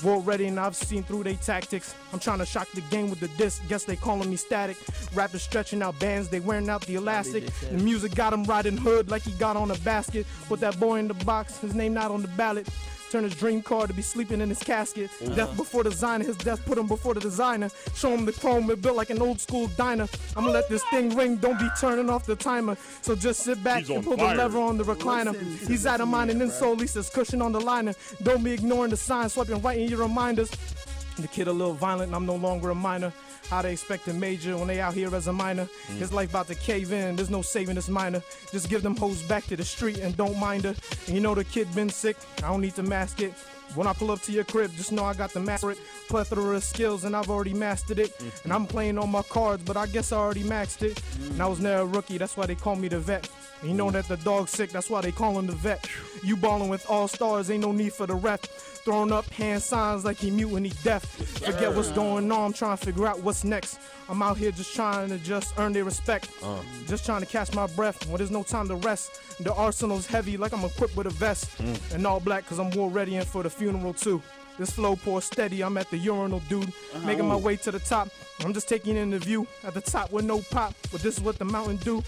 We're already and I've seen through they tactics. I'm trying to shock the game with the disc. Guess they calling me static. Rappers stretching out bands, they wearing out the elastic.
just said
The music got him riding hood like he got on a basket. Put that boy in the box, his name not on the ballot. Turn his dream car to be sleeping in his casket. Death before designer, his death put him before the designer. Show him the chrome, it built like an old school diner. I'ma let this thing ring, don't be turning off the timer. So just sit back
He's
and
on
pull
fire.
the lever on the recliner.
Listen to
He's
this
out of mind and
man,
then
bruh.
so Lisa's cushion on the liner. Don't be ignoring the signs, swiping right in your reminders. The kid a little violent, and I'm no longer a minor. How they expect a major when they out here as a minor? His life about to cave in, there's no saving this minor. Just give them hoes back to the street and don't mind her. And you know the kid been sick, I don't need to mask it. When I pull up to your crib, just know I got the master it. Plethora of skills, and I've already mastered it. And I'm playing on my cards, but I guess I already maxed it. And I was never a rookie, that's why they call me the vet. And You know that the dog's sick, that's why they call him the vet. You ballin' with all stars, ain't no need for the ref. Throwing up hand signs like he mute and he deaf. Forget what's going on, I'm trying to figure out what's next. I'm out here just trying to just earn their respect. Just trying to catch my breath when there's no time to rest. The arsenal's heavy like I'm equipped with a vest. And all black cause I'm war ready and for the funeral too. This flow pours steady, I'm at the urinal, dude. Making my way to the top. I'm just taking in the view at the top with no pop. But this is what the mountain do.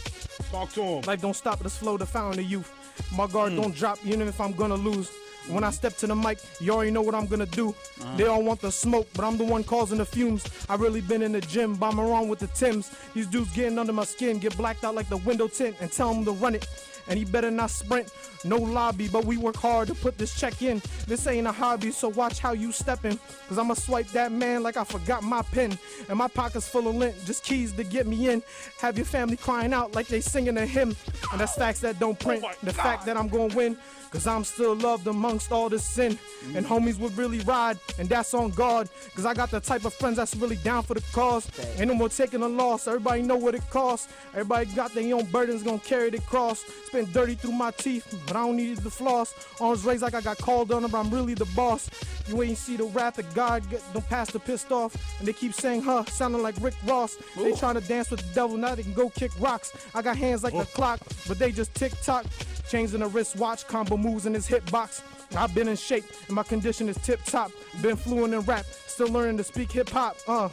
talk to him.
Life don't stop, let's flow the fountain of youth. My guard don't drop, even if I'm gonna lose. When I step to the mic, you already know what I'm gonna do. They all want the smoke, but I'm the one causing the fumes. I really been in the gym, bombing around with the Tims. These dudes getting under my skin, get blacked out like the window tint, and tell them to run it. And he better not sprint, no lobby, but we work hard to put this check in. This ain't a hobby, so watch how you stepping. Cause I'ma swipe that man like I forgot my pen. And my pockets full of lint, just keys to get me in. Have your family crying out like they singing a hymn. And that's facts that don't print. the fact that I'm gonna win. Cause I'm still loved amongst all this sin. And homies would really ride, and that's on guard. Cause I got the type of friends that's really down for the cause. Ain't no more taking a loss. Everybody know what it costs. Everybody got their own burdens, gonna carry the cross. Spent dirty through my teeth, but I don't need the floss. Arms raised like I got called on them, but I'm really the boss. You ain't see the wrath of God, get, don't pass the pissed off. And they keep saying, huh, sounding like Rick Ross. They trying to dance with the devil, now they can go kick rocks. I got hands like a clock, but they just tick tock. Chains in the wristwatch, combo moves in his hip box. I've been in shape, and my condition is tip top. Been fluent in rap, still learning to speak hip hop. Uh.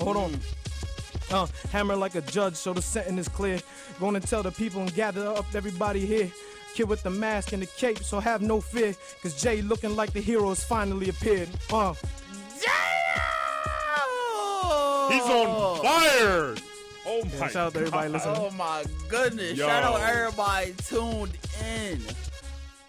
Hold on. Uh, hammer like a judge, so the sentence is clear. Gonna tell the people and gather up everybody here. Kid with the mask and the cape, so have no fear. Cause Jay looking like the hero has finally appeared. Uh.
Yeah!
He's on fire. Oh my
shout out to everybody
God.
listening.
Oh my goodness!
Yo.
Shout out everybody tuned in.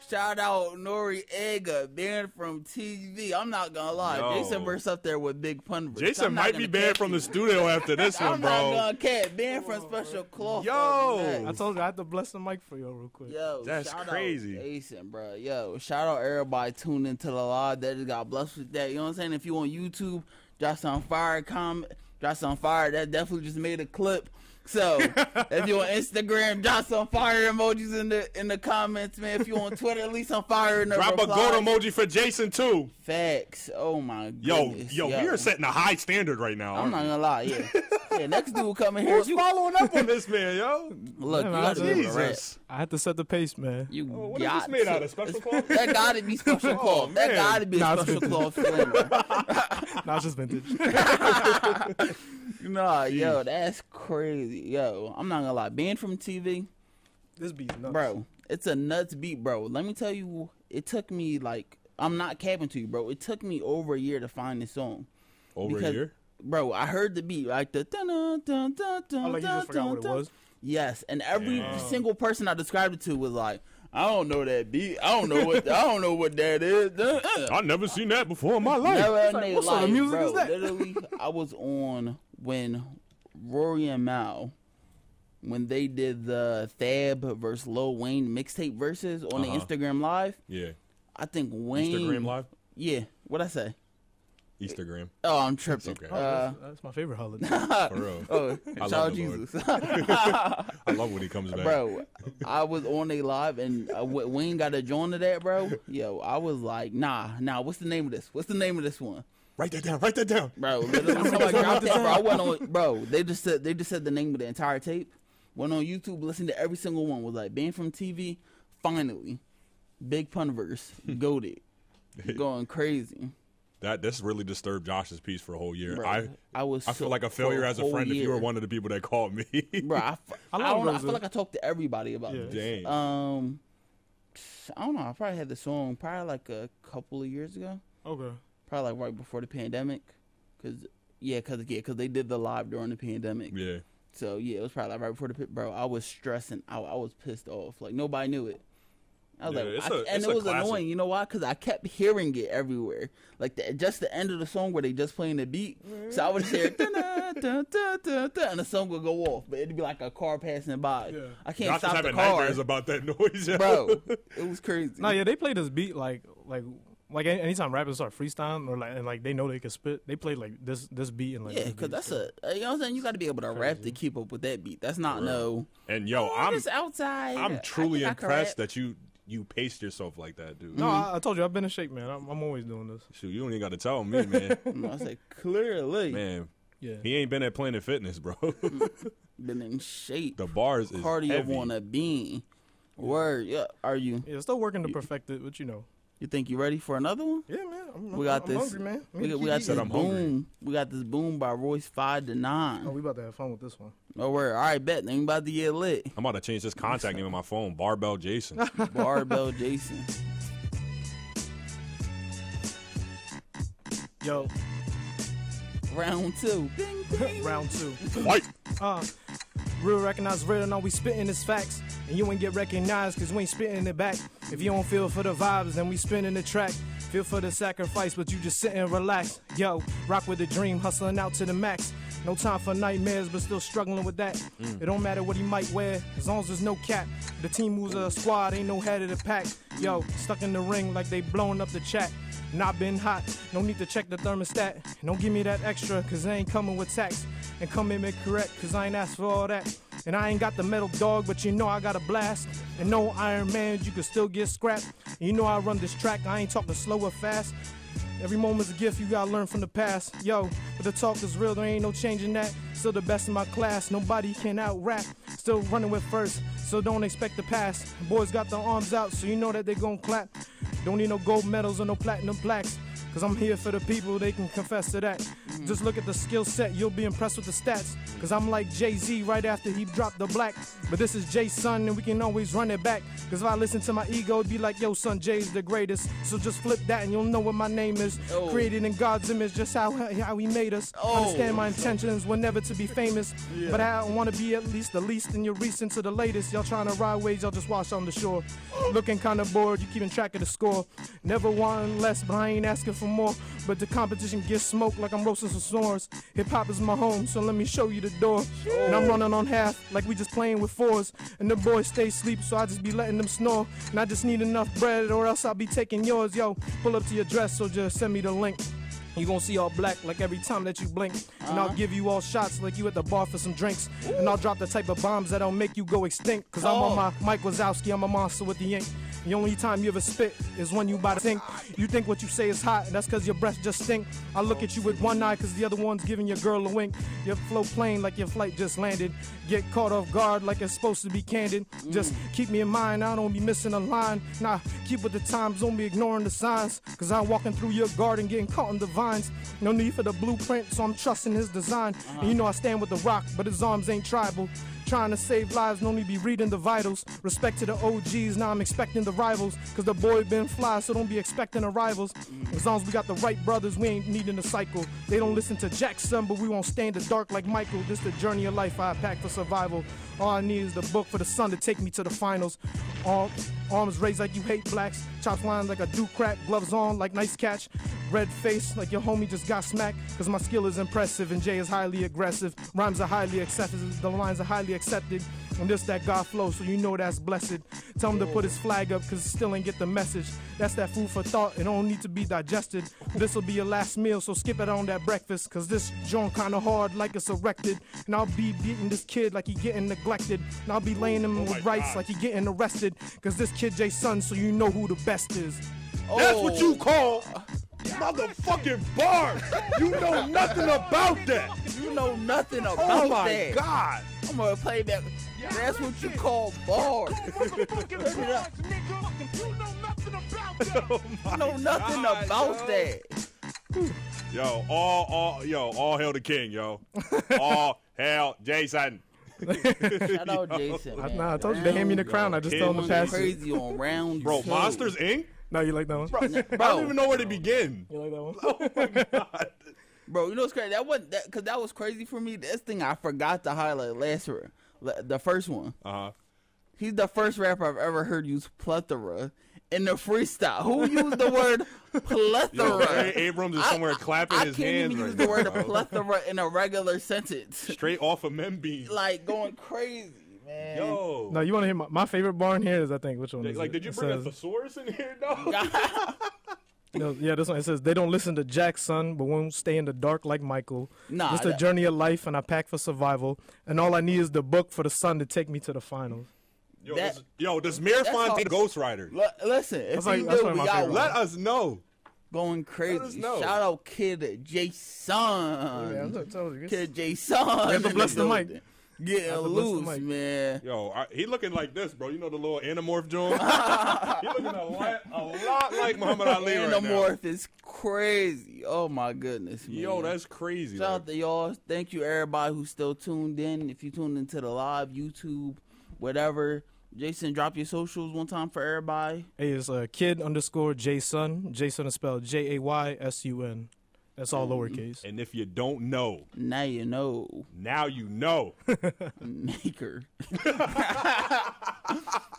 Shout out Noriega, banned from TV. I'm not gonna lie,
Yo.
Jason Burst up there with Big Pun. Burst.
Jason
I'm not
might be
gonna
banned
cap
from
you.
the studio after this
I'm
one,
not
bro.
gonna cat banned from Special Cloth.
Yo.
all day.
I told you I had to bless the mic for you real quick.
Yo,
That's
shout
crazy.
Out Jason, bro. Yo, shout out everybody tuning into the live that just got blessed with that. You know what I'm saying? If you on YouTube, drop some fire comment, drop some fire. That definitely just made a clip. So if you on Instagram, drop some fire emojis in the in the comments, man. If you on Twitter, at least some fire in the
Drop a
replies.
goat emoji for Jason too.
Facts. Oh my
Yo,
goodness.
yo, we are setting a high standard right now. aren't
I'm not
we?
gonna lie. Yeah. yeah next dude coming here.
Who's
You,
following up on this man, yo?
look,
Yeah,
you
man,
gotta
I
be a
just-
rap.
Jesus.
I had to set the pace, man.
You
Oh, what is
got
this made
to.
out of? Special cloth? Oh,
That gotta be special cloth. That
man.
gotta be a
Nah, it's
special
good.
cloth flavor.
Not just vintage.
Nah, yo, that's crazy. Yo, I'm not gonna lie. Being from TV,
this beat's nuts.
bro, it's a nuts beat, bro. Let me tell you, it took me like I'm not capping to you, bro. It took me over a year to find this song.
Over
Because-
here.
Bro, I heard the beat like the dun dun dun dun
I
Oh,
dun.
like you
dun,
just forgot what it
dun,
was.
Yes, and every
Damn.
single person I described it to was like, I don't know that beat. I don't know what I don't know what that is. Dun, uh.
I've never seen that before in my life.
Never in
like,
their
what sort of
life,
music
bro.
is that?
Literally, I was on when Rory and Mal, when they did the Thab versus Lil Wayne mixtape verses on
Uh-huh.
the Instagram Live.
Yeah.
I think Wayne.
Instagram live.
Yeah. What I say?
Instagram.
Oh, I'm tripping.
It's okay.
Oh,
Uh,
that's, that's my favorite holiday.
For real.
oh,
I
shout
love
out
the Lord.
Jesus,
I love when he comes back.
Uh, bro. I was on a live and uh, Wa- Wayne got a joint to that, bro. Yo, I was like, nah, nah. What's the name of this? What's the name of this one?
Write that down. Write that down.
Bro, literally somebody dropped that, bro. I went on, bro. They just said they just said the name of the entire tape. Went on YouTube, listened to every single one. Was like, banned from TV. Finally, big punverse, goaded, going crazy.
That this really disturbed Josh's peace for a whole year.
Bro,
I
I was
I feel
so-
like a
for a
failure as a
whole
friend if you were
year.
one of the people that called me.
Bro, I, f-
I
I
love
don't know, I
those,
feel
uh,
like I talked to everybody about
Yeah.
this.
Dang.
Um, I don't know. I probably had the song probably like a couple of years ago.
Okay.
Probably like right before the pandemic, cause yeah, cause yeah, cause they did the live during the pandemic.
yeah.
So yeah, it was probably like right before the pit, bro. I was stressing out. I was pissed off. Like nobody knew it. I was
Yeah,
like,
it's
I,
a-
and
it's
it
a
was
classic.
annoying. You know why? Because I kept hearing it everywhere. Like the, just the end of the song where they just playing the beat. So I would just hear dun, dun, dun, dun, dun, dun, and the song would go off, but it'd be like a car passing by.
Yeah.
I can't
Josh is
stop the
having
car,
nightmares about that noise, yo.
bro. It was crazy.
No, yeah, they play this beat like like like any- anytime rappers start freestyling or like and like they know they can spit, they play like this this beat and like
yeah,
this
because
beat,
that's
so.
a you know what I'm saying. You got to be able to rap to keep up with that beat. That's not no.
And yo,
"Oh,
I'm
just outside. I
I'm
think
truly
I can rap."
impressed that you you paced yourself like that, dude.
No,
Mm.
I, I told you I've been in shape, man. I'm, I'm always doing this.
Shoot, you don't even got to tell me, man.
I said clearly.
man,
Yeah.
he ain't been at Planet Fitness, bro.
been in shape.
the bars is
Cardio
heavy.
on a bean. Word. Yeah. Are you?
Yeah, still working to perfect it, but you know.
You think you ready for another one?
Yeah, man. I'm,
We got
I'm
this.
hungry, man.
We, got- we got this
said I'm
boom.
hungry.
We got this boom by Royce five to
Oh,
nine.
we about to have fun with this one.
No word. All right, bet. Then we about to get lit.
I'm about to change this contact name on my phone. Barbell Jason.
Barbell Jason.
Yo,
Round two. Bing, bing.
round two.
White.
Uh, real recognize real and all we spitting is facts. And you ain't get recognized cause we ain't spitting it back. If you don't feel for the vibes, then we spinning the track. Feel for the sacrifice, but you just sit and relax. Yo, rock with the dream, hustling out to the max. No time for nightmares, but still struggling with that.
Mm.
It don't matter what he might wear, as long as there's no cap. The team moves a squad, ain't no head of the pack. Yo, stuck in the ring like they blowing up the chat. Not been hot, no need to check the thermostat. Don't give me that extra, cause I ain't coming with tax and come in and correct, cause I ain't asked for all that. And I ain't got the metal dog, but you know I got a blast. And no Iron Man, you can still get scrapped. And you know I run this track, I ain't talking slow or fast. Every moment's a gift, you gotta learn from the past. Yo, but the talk is real, there ain't no changing that. Still the best in my class, nobody can out rap. Still running with first, so don't expect to pass. Boys got their arms out, so you know that they gon' clap. Don't need no gold medals or no platinum plaques. Cause I'm here for the people, they can confess to that. Just look at the skill set, you'll be impressed with the stats. Cause I'm like Jay Z right after he dropped the black. But this is Jay son, and we can always run it back. Cause if I listen to my ego, it'd be like, yo, son, Jay's the greatest. So just flip that and you'll know what my name is.
Oh.
Created in God's image, just how, how he made us.
Oh.
Understand my intentions were never to be famous. But I wanna be at least the least, and you're recent to the latest. Y'all trying to ride waves, y'all just wash on the shore. Looking kinda bored, you keeping track of the score. Never wanting less, but I ain't asking for more. But the competition gets smoked like I'm roasting some snores. Hip hop is my home, so let me show you the door. And I'm running on half, like we just playing with fours. And the boys stay asleep, so I just be letting them snore. And I just need enough bread, or else I'll be taking yours, yo. Pull up to your dress, so just send me the link. You gon' see all black like every time that you blink. And I'll give you all shots like you at the bar for some drinks. And I'll drop the type of bombs that'll make you go extinct. Cause I'm
Oh.
on my Mike Wazowski, I'm a monster with the ink. The only time you ever spit is when you buy the sink. You think what you say is hot, and that's cause your breath just stink. I look at you with one eye cause the other one's giving your girl a wink. Your flow plain like your flight just landed. Get caught off guard like it's supposed to be candid. Just keep me in mind, I don't be missing a line. Nah, keep with the times, don't be ignoring the signs. Cause I'm walking through your garden getting caught in the vines. No need for the blueprint, so I'm trusting his design. And you know I stand with the rock, but his arms ain't tribal. Trying to save lives, no need be reading the vitals. Respect to the OGs, now I'm expecting the rivals. Cause the boy been fly, so don't be expecting the rivals. As long as we got the right brothers, we ain't needing a cycle. They don't listen to Jackson, but we won't stay in the dark like Michael. This the journey of life I pack for survival. All I need is the book for the sun to take me to the finals. Arm, arms raised like you hate blacks. Chops lined like a do crack. Gloves on like nice catch. Red face like your homie just got smacked. Cause my skill is impressive and Jay is highly aggressive. Rhymes are highly accepted. The lines are highly accepted. And this that God flow, so you know that's blessed. Tell him to put his flag up, cause he still ain't get the message. That's that food for thought, it don't need to be digested. This'll be your last meal, so skip it on that breakfast. Cause this joint kinda hard like it's erected. And I'll be beating this kid like he getting neglected. And I'll be laying him
Oh
with rights like he getting arrested. Cause this kid Jay son, so you know who the best is.
That's
Oh.
what you call motherfucking bars. You know nothing about that.
You know nothing about
Oh my
that.
god.
I'm gonna play back. That's what you call bars.
Oh,
You know nothing about that.
Yo, all, all, yo, all hail the king, yo. all hail Jason.
Shout out Jason. Man.
Nah, I told you they hand me the crown, I just told them
Kid
to
Going
pass it.
crazy on round
Bro,
two.
Monsters Inc.
No, you like that one?
I don't even know where to begin.
You like that one?
Bro, you know what's crazy? That wasn't that because that was crazy for me. This thing I forgot to highlight last year, la- the first one.
Uh.
Uh-huh.
He's the first rapper I've ever heard use plethora in the freestyle. Who used the word
Yo,
plethora?
Ray Abrams is somewhere clapping
I
his
can't
hands
even
right
use
now,
the word
bro.
plethora in a regular sentence.
Straight off of Membean.
Like going crazy, man.
Yo.
No, you wanna hear my, my favorite bar in here is I think which one is
like,
it?
did you
It
bring a
says-
thesaurus in here, dog?
No, yeah, this one it says they don't listen to Jack's son, but won't stay in the dark like Michael.
Nah,
just a
that-
journey of life, and I pack for survival. And all I need is the book for the sun to take me to the finals.
Yo,
That-
does, yo, does Mirafonte
all-
Ghost Rider?
L- listen, if
That's like-
he
that's
do,
one
we
of my
got
favorite
Let us know.
going
us
crazy.
know.
Shout out Kid Jason. Kid Jason.
have to bless the mic.
Getting
to bless the
loose,
mic.
man.
Yo, I, he looking like this, bro. You know the little anamorph joint? he looking a lot, a lot like Muhammad Ali right now.
Anamorph is crazy. Oh my goodness, man.
Yo, that's crazy.
Shout
like.
out to y'all. Thank you, everybody who's still tuned in. If you tuned into the live, YouTube, whatever. Jason, drop your socials one time for everybody.
Hey, it's uh, kid underscore Jason. Jason is spelled J A Y S U N. That's all lowercase.
Mm-hmm.
And if you don't know,
Now you know,
now you know.
maker.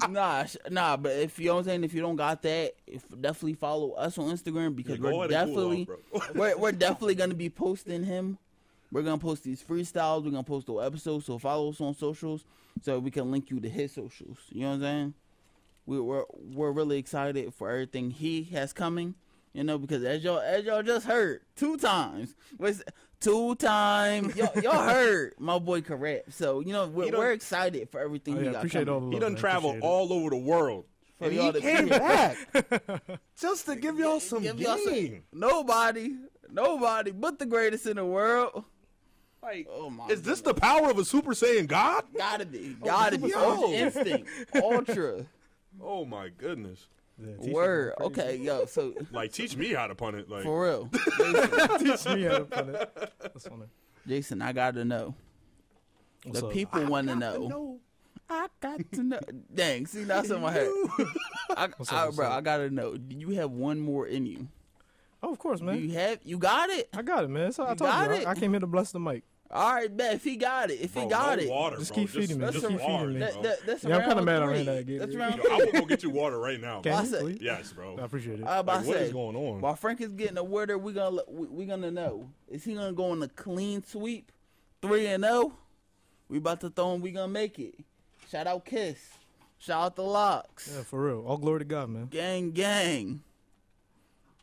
nah, sh- nah. But if you know what I'm saying, if you don't got that, if definitely follow us on Instagram because
go
we're
ahead and cool
definitely
off, bro.
we're, we're definitely gonna be posting him. We're gonna post these freestyles. We're gonna post the episodes. So follow us on socials so we can link you to his socials. You know what I'm saying? We, we're we're really excited for everything he has coming. You know because as y'all as y'all just heard two times was two times y'all, y'all heard my boy correct. So you know
He
we're,
done-
we're excited for everything.
Oh,
he
yeah,
got
appreciate
coming.
all the love.
He done
man.
traveled
Appreciate it.
all the world.
For y'all to see it.
back just to give y'all some
Give y'all some- nobody, nobody but the greatest in the world.
Like,
Oh my
is this the Oh, power of a Super Saiyan God?
Gotta be, gotta be.
yo.
Ultra instinct, ultra.
Oh my goodness.
Yeah, teach them
Word.
crazy.
Okay, yo. So
Like, teach me how to punt it. Like,
for real,
Teach me how to put it. That's funny.
Jason, I gotta know.
What's
the
up?
people want to know.
No.
I got to know. Dang, see, that's in my head. I,
What's up,
I,
what's
bro,
up?
I gotta know. Do you have one more in you?
Oh, of course,
Do
man.
you have? You got it.
I got it, man. That's how I
You
told
got
you.
it?
I, I came here to bless the mic.
All right, bet if he got it, if
bro,
he got
no
it,
water,
Just
bro.
keep feeding me.
That's
Just
just
keep feeding
water,
me.
bro.
that, that, that's
Yeah, I'm
round
kinda mad I ran
three.
out of Gatorade.
That's
Yo,
round
Yo, I will
three.
go get you water right now.
Can
bro.
I
you,
said-
please?
Yes, bro.
I appreciate it.
I about
Like,
to
what
say,
is going on?
while Frank is getting a word, we gonna we, we gonna know. Is he gonna go on a clean sweep, three and zero? We about to throw him. We gonna make it. Shout out Kiss. Shout out the Locks.
Yeah, for real. All glory to God, man.
Gang, gang.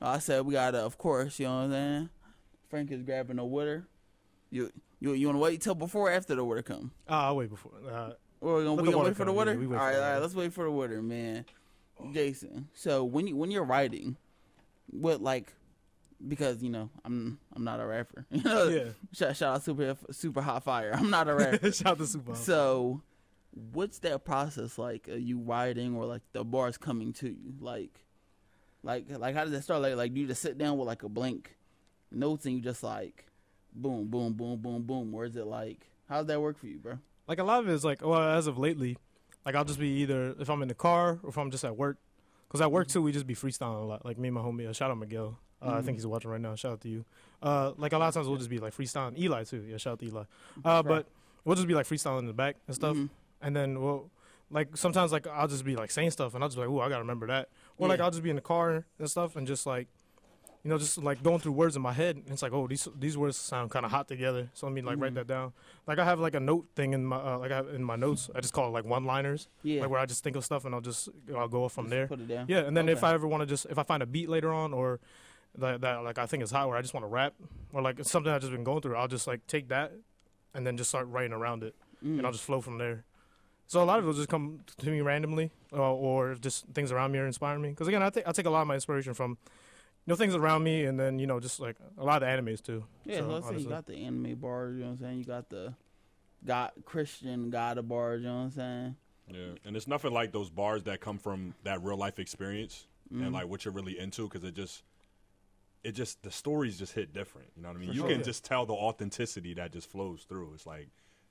I said we gotta, of course, you know what I'm saying. Frank is grabbing a water. You you you wanna wait till before or after the water come?
Ah, I'll wait before. Uh,
Or we gonna,
Let
we
the
gonna
water
wait for the
come, yeah,
water?
we
all
wait
right,
for the
all right,
water.
let's wait for the water, man. Jason, so when you when you're writing, what like because you know I'm I'm not a rapper. You know,
Yeah.
shout, shout out super super hot fire. I'm not a rapper.
shout out to Super.
So, what's that process like? Are you writing or like the bars coming to you? Like, like, like how does that start? Like, like do you just sit down with like a blank notes and you just like, boom, boom, boom, boom, boom? Or is it like, how does that work for you, bro?
like a lot of it is like well as of lately like i'll just be either if i'm in the car or if i'm just at work because at work too we just be freestyling a lot like me and my homie uh, shout out miguel uh, i think he's watching right now shout out to you uh, like a lot of times we'll just be like freestyling eli too yeah shout out to eli uh, but we'll just be like freestyling in the back and stuff
Mhm.
and then we'll like sometimes like i'll just be like saying stuff and i'll just be like oh i gotta remember that or like
Yeah.
i'll just be in the car and stuff and just like you know, just like going through words in my head, and it's like, oh, these these words sound kind of hot together. So let me like write that down. Like I have like a note thing in my uh, like I have in my notes. I just call it like one liners,
Yeah,
like where I just think of stuff and I'll just I'll go from there.
put it down.
Yeah, and then if
Okay.
I ever want to just if I find a beat later on or that, that like I think is hot, where I just want to rap or like it's something I've just been going through, I'll just like take that and then just start writing around it,
Mm.
and I'll just flow from there. So a lot of it will just come to me randomly, uh, or if just things around me are inspiring me. Because again, I think I take a lot of my inspiration from you know things around me, and then you know just like a lot of the animes too.
Yeah,
so,
let's say you
honestly.
got the anime bars. You know what I'm saying? You got the God Christian God bars. You know what I'm saying?
Yeah, and it's nothing like those bars that come from that real life experience
Mm-hmm.
and like what you're really into because it just, it just the stories just hit different. You know what I mean? you
sure.
can
Yeah.
just tell the authenticity that just flows through. It's like,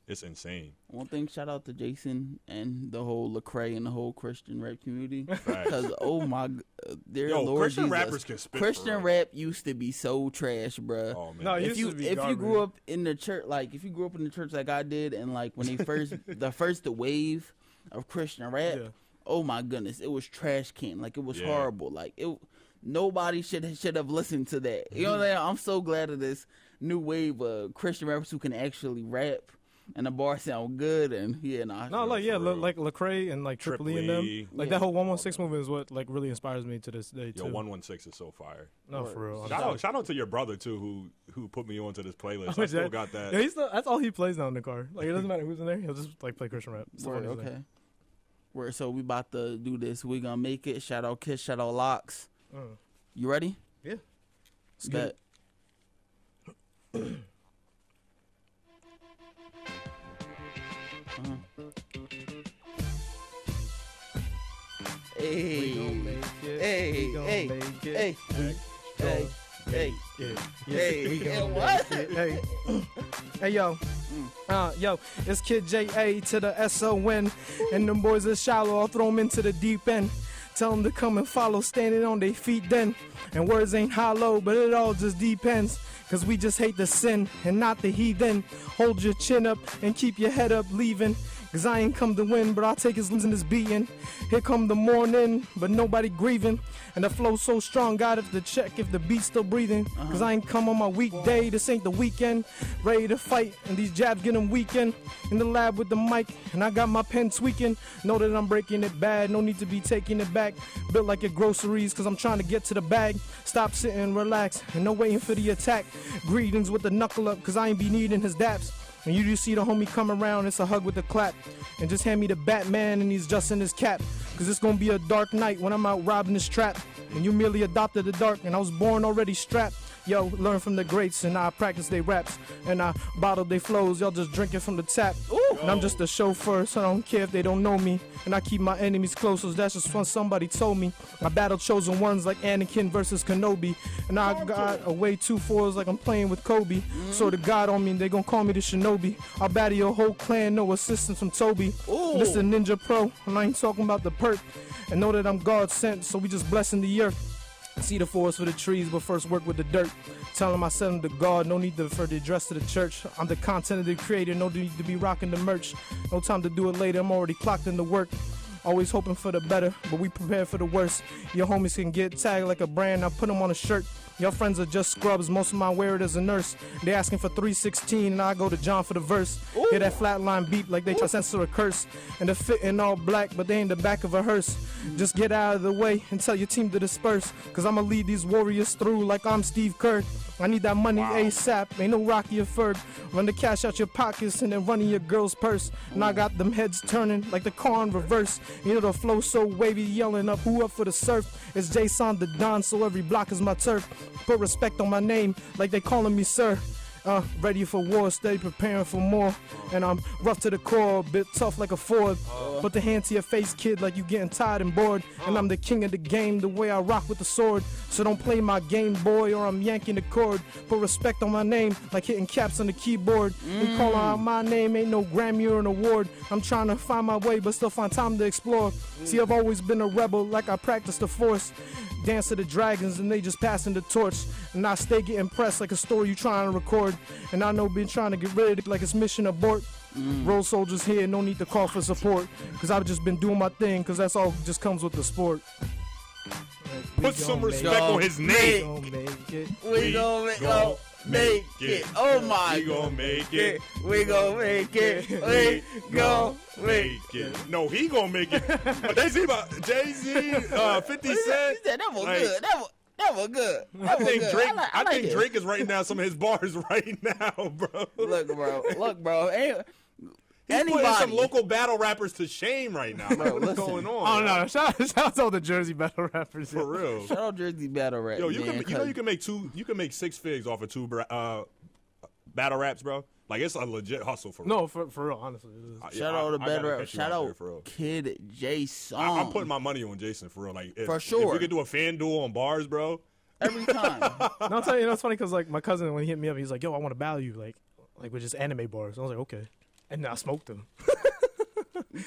it's insane.
One thing, shout out to Jason and the whole Lecrae and the whole Christian rap community.
Facts.
Because oh my, g- uh, dear
Yo,
Lord
Christian
Jesus,
rappers can spit for
Christian
real.
rap used to be so trash, bruh.
Oh man,
No, It
if
used
you
to be
if you
garbage.
grew up in the church, like if you grew up in the church like I did, and like when they first the first wave of Christian rap,
Yeah.
oh my goodness, it was trash can. Like it was
Yeah.
horrible. Like it, nobody should should have listened to that. You know what I'm saying? I'm so glad of this new wave of Christian rappers who can actually rap and the bar sound good and yeah, nah,
No, like yeah,
for
Le,
real.
like Lecrae and like Triple E and them,
Triple E.
like
Yeah.
that whole one one six movement is what like really inspires me to this day too.
yo, one one six is so fire.
no, for real.
Shout
honestly.
out, shout out to your brother too, who who put me onto this playlist. I
Which
still
that-
got that.
Yeah, he's the, that's all he plays now in the car. Like it doesn't matter who's in there. He'll just like play Christian rap. It's the
Word,
funniest thing.
okay. Word, so we about to do this. We gonna make it. Shout out Kiss, shout out Locks.
Mm.
You ready?
Yeah. Let's get
Bet.
it. We gon'
Hey,
make it.
Hey,
We gon'
hey,
make it.
hey,
We
hey, hey.
Yeah, yeah,
Hey, Mm.
we gon'
yeah,
make
what?
it. Hey, hey, yo. Uh, yo, it's Kid J A to the S O N, and them boys are shallow. I'll throw 'em into the deep end. Tell 'em to come and follow, standing on their feet then. And words ain't hollow, but it all just depends. Cause we just hate the sin and not the heathen. Hold your chin up and keep your head up, leaving. Cause I ain't come to win, but I'll take his losing his beating. Here come the morning, but nobody grieving. And the flow so strong, God, if the check, if the beat's still breathing. Cause I ain't come on my weekday, this ain't the weekend. Ready to fight, and these jabs get 'em weakened. In the lab with the mic, and I got my pen tweaking. Know that I'm breaking it bad, no need to be taking it back. Built like your groceries, cause I'm trying to get to the bag. Stop sitting, relax, and no waiting for the attack. Greetings with the knuckle up, cause I ain't be needing his daps. And you just see the homie come around, it's a hug with a clap. And just hand me the Batman and he's just in his cap. Cause it's gonna be a dark night when I'm out robbing this trap. And you merely adopted the dark, and I was born already strapped. Yo, learn from the greats, and I practice they raps. And I bottle they flows, y'all just drinking from the tap. Ooh, And I'm just a chauffeur, so I don't care if they don't know me. And I keep my enemies close, so that's just what somebody told me. I battle chosen ones like Anakin versus Kenobi. And I got away two fours like I'm playing with Kobe. So the God on me, they gon' call me the Shinobi. I'll battle your whole clan, no assistance from Toby.
Ooh.
This the Ninja Pro, and I ain't talking about the perk. And know that I'm God sent, so we just blessing the earth. See the forest for the trees, but first work with the dirt. Tell him I sent him to God, no need to, for the address to the church. I'm the content of the creator, no need to be rocking the merch. No time to do it later, I'm already clocked in the work. Always hoping for the better, but we prepare for the worst. Your homies can get tagged like a brand, I put them on a shirt. Your friends are just scrubs, most of mine wear it as a nurse. They asking for 316, and I go to John for the verse. Hear that flatline beep like they try to censor a curse. And they're fitting all black, but they in the back of a hearse. Just get out of the way and tell your team to disperse. Cause I'ma lead these warriors through like I'm Steve Kerr. I need that money ASAP, ain't no Rocky or Ferg. Run the cash out your pockets and then run in your girl's purse. And I got them heads turning like the car in reverse. You know the flow so wavy, yelling up, who up for the surf? It's Jason the Don, so every block is my turf. Put respect on my name like they calling me sir. Uh, ready for war, steady preparing for more. And I'm rough to the core, a bit tough like a Ford. Put the hand to your face, kid, like you getting tired and bored. And I'm the king of the game, the way I rock with the sword. So don't play my game, boy, or I'm yanking the cord. Put respect on my name, like hitting caps on the keyboard. And calling out my name ain't no Grammy or an award. I'm trying to find my way, but still find time to explore. See, I've always been a rebel, like I practice the force. Dance to the dragons, and they just passing the torch. And I stay getting pressed like a story you trying to record. And I know been trying to get rid of it like it's mission abort. Road soldiers here, no need to call for support. Cause I've just been doing my thing, cause that's all just comes with the sport.
Put some respect
Yo.
on his name.
We gon' make, gon make it. Oh my
We gon' make it.
We gon' make it. We gon' make
it. No, he gonna make it. But they see about Jay Z, uh, Fifty Cent.
That was
Like,
good. That was that was good.
I
That was
think
good.
Drake. I,
like- like
think
it.
Drake is writing down some of his bars right now, bro.
Look, bro. Look, bro. Ain't-
He's putting some
anybody-
local battle rappers to shame right now.
Bro,
What's
listen.
going on?
Oh no! Shout out, shout out to all the Jersey battle rappers.
for real.
Shout out Jersey Battle Rap.
Yo, you
man,
can you know
cause-
you can make two you can make six figs off of two bra- uh, battle raps, bro. Like it's a legit hustle for real.
No, for, for real, honestly.
I- yeah,
Shout
I-
out to
I gotta
Battle Rap.
catch you
Shout
out there,
out
for real.
Kid J Song.
I, I'm putting my money on Jason for real. Like if,
For
if
sure.
we could do a fan duel on bars, bro.
every time.
No, I'll tell you, you know, it's funny because like my cousin when he hit me up, he's like, "Yo, I want to battle you," like, like with just anime bars. I was like, "Okay," and I smoked him.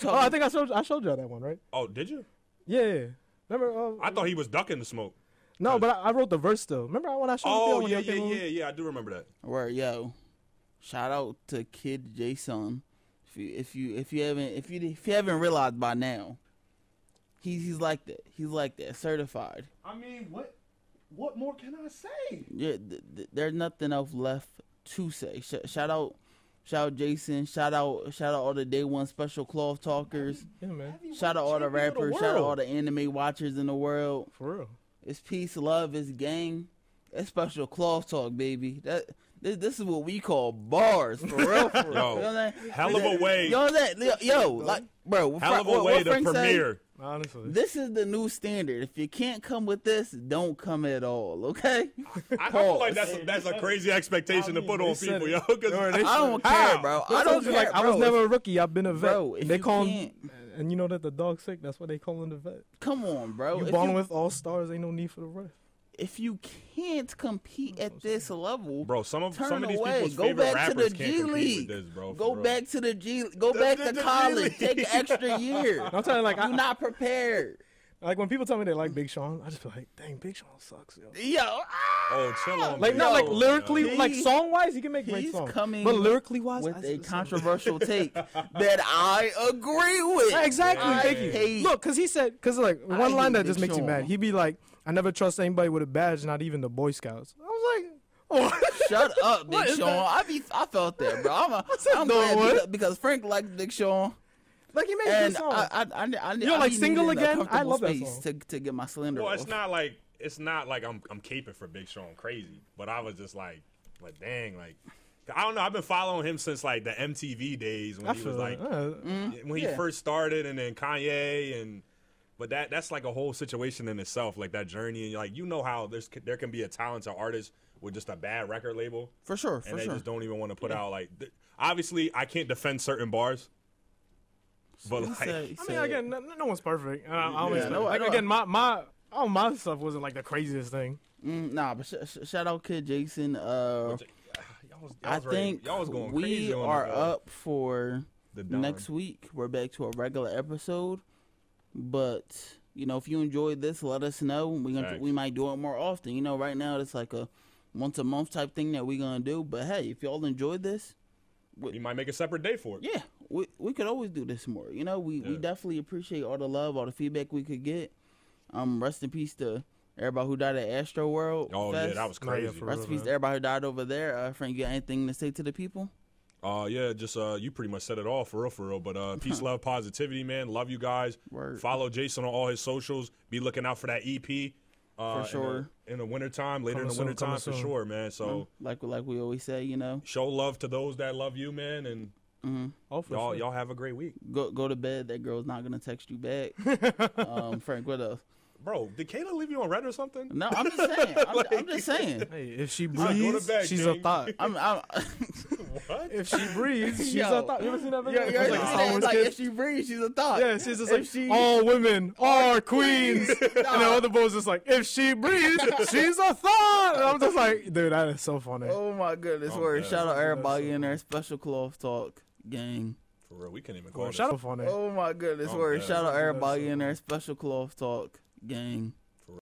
Oh, I think I showed I showed y'all that one, right?
Oh, did you?
Yeah. yeah, yeah. Remember? Uh,
I thought he was ducking the smoke.
no, but I, I wrote the verse though. Remember when I showed you the
Oh yeah,
other one?
yeah,
y'all came
yeah,
over?
yeah. I do remember that.
Where yo, shout out to Kid Jason. If you if you if you haven't if you if you haven't realized by now, he's he's like that. He's like that. Certified.
I mean, what what more can I say?
Yeah, th- th- there's nothing else left to say. Sh- shout out, shout out Jason. Shout out, shout out all the day one special cloth talkers.
Yeah, man.
Shout out all the rappers. shout out all the anime watchers in the world.
For real.
It's peace, love, it's gang. That's special cloth talk, baby. That this, this is what we call bars for real. For real.
Yo,
you know what I'm saying?
hell of a way-
You know what I'm saying? Yo, yo, like, bro, what
Hell
Fra-
of a
what-
way
what
to
Frank say?
premiere.
Honestly.
This is the new standard. If you can't come with this, don't come at all. Okay?
I, I feel like
Pause.
that's a, that's a crazy expectation to put on
they said
people,
it.
yo. 'cause-
I don't care, bro. I
told
don't
you,
care.
like, I was
bro.
never a rookie. I've been a vet.
Bro, if
they
you
call him,
can't-
and you know that the dog's sick. That's why they call him the vet.
Come on, bro.
You
If
balling
you,
with all stars. Ain't no need for the ref.
if you can't compete at this level,
Bro, some of
turn
some of these
away.
people's
Go
favorite
back to
rappers
the
can't
G
compete with
League.
this, bro, for
go
real.
back to the G. Go
The-
back
the-
to
the G
college.
League.
Take an extra year.
I'm telling you, like,
You're
I,
not prepared.
like when people tell me they like Big Sean, I just be like, dang, Big Sean sucks, yo.
Yo, ah!
Oh, chill on.
Like
me,
not like
bro.
lyrically,
He-
like song wise, he can make great
he's
songs.
coming
but lyrically wise, I
with a
just-
controversial take that I agree with.
Yeah, exactly.
I
Thank you.
hate-
Look, because he said, because like one
hate
line that
Big
just makes
Sean.
you mad. He'd be like, "I never trust anybody with a badge, not even the Boy Scouts." I was like, "What?"
Shut up, Big
What is
Sean. I be, I felt that, bro. I'm, a,
that
I'm
dumb
glad
one?
because, because Frank likes Big Sean,
like he made a good
and
song.
I, I, I, I,
You
I
like
be
Single
needing a
Again? I
comfortable
love that
space
song.
To, to get my slender
Well,
off.
it's not like it's not like I'm I'm caping for Big Sean crazy, but I was just like, like dang, like I don't know. I've been following him since like the MTV days when
I
he
feel
was like
uh,
when he
yeah.
first started, and then Kanye and But that that's like a whole situation in itself, like that journey, and like you know how there's there can be a talented artist with just a bad record label,
For sure, for
and they
sure.
just don't even want to put out like. Th- obviously, I can't defend certain bars, but
He
like
said- he
I mean,
said-
again, no, no one's perfect. And I, I don't
Yeah,
expect-
no, I know.
again, my my all my stuff wasn't like the craziest thing.
Mm, nah, but sh- sh- shout out Kid Jason. Uh,
y'all was, y'all
I
was ready-
think
y'all was going
we
crazy on
are
the, uh,
up for
the Don.
next week. We're back to a regular episode, but you know, if you enjoyed this, let us know. We gonna
Facts.
we might do it more often. You know, right now it's like a once a month type thing that we gonna do. But hey, if y'all enjoyed this,
You might make a separate day for it.
yeah, we we could always do this more. You know, we, we
Yeah.
definitely appreciate all the love, all the feedback we could get. Um, rest in peace to everybody who died at Astro World.
Oh yeah,
Fest.
that was
No, yeah,
crazy.
for
Rest in peace
man.
to everybody who died over there. Uh, Frank, you got anything to say to the people?
Uh, yeah, just uh, you pretty much said it all for real, for real. But uh, peace, love, positivity, man. Love you guys.
Word.
Follow Jason on all his socials. Be looking out for that EP. Uh,
For sure.
In the, in the wintertime, later
Coming
in the
soon,
wintertime,
coming
for
soon.
sure, man. So
Like like we always say, you know,
show love to those that love you, man. And
Oh, for
y'all,
sure.
y'all have a great week,
go go to bed. That girl's not gonna text you back. um, Frank, what else?
bro. Did Kayla leave you on red or something?
No, I'm just saying. I'm, I'm just saying.
Hey, if she
go to
breathes,
bed,
she's a
King.
thought.
I'm, I'm,
What?
If she breathes, she's
Yo.
a thought. You ever seen that
yeah,
video?
yeah, yeah,
It's like
it's
a Star Wars
like,
kid.
if she breathes, she's a thought.
Yeah, she's just
If
like
she-
all women are queens, and the other boy's just like, if she breathes, she's a thought. And I'm just like, dude, that is so funny.
Oh my goodness,
Oh,
word.
man.
Shout out everybody in there. Special cloth talk gang.
For real, we can't even call
Well,
it.
shout out funny.
Oh my goodness,
Oh,
word.
man.
Shout out
That's
everybody
so
in there. Special cloth talk gang.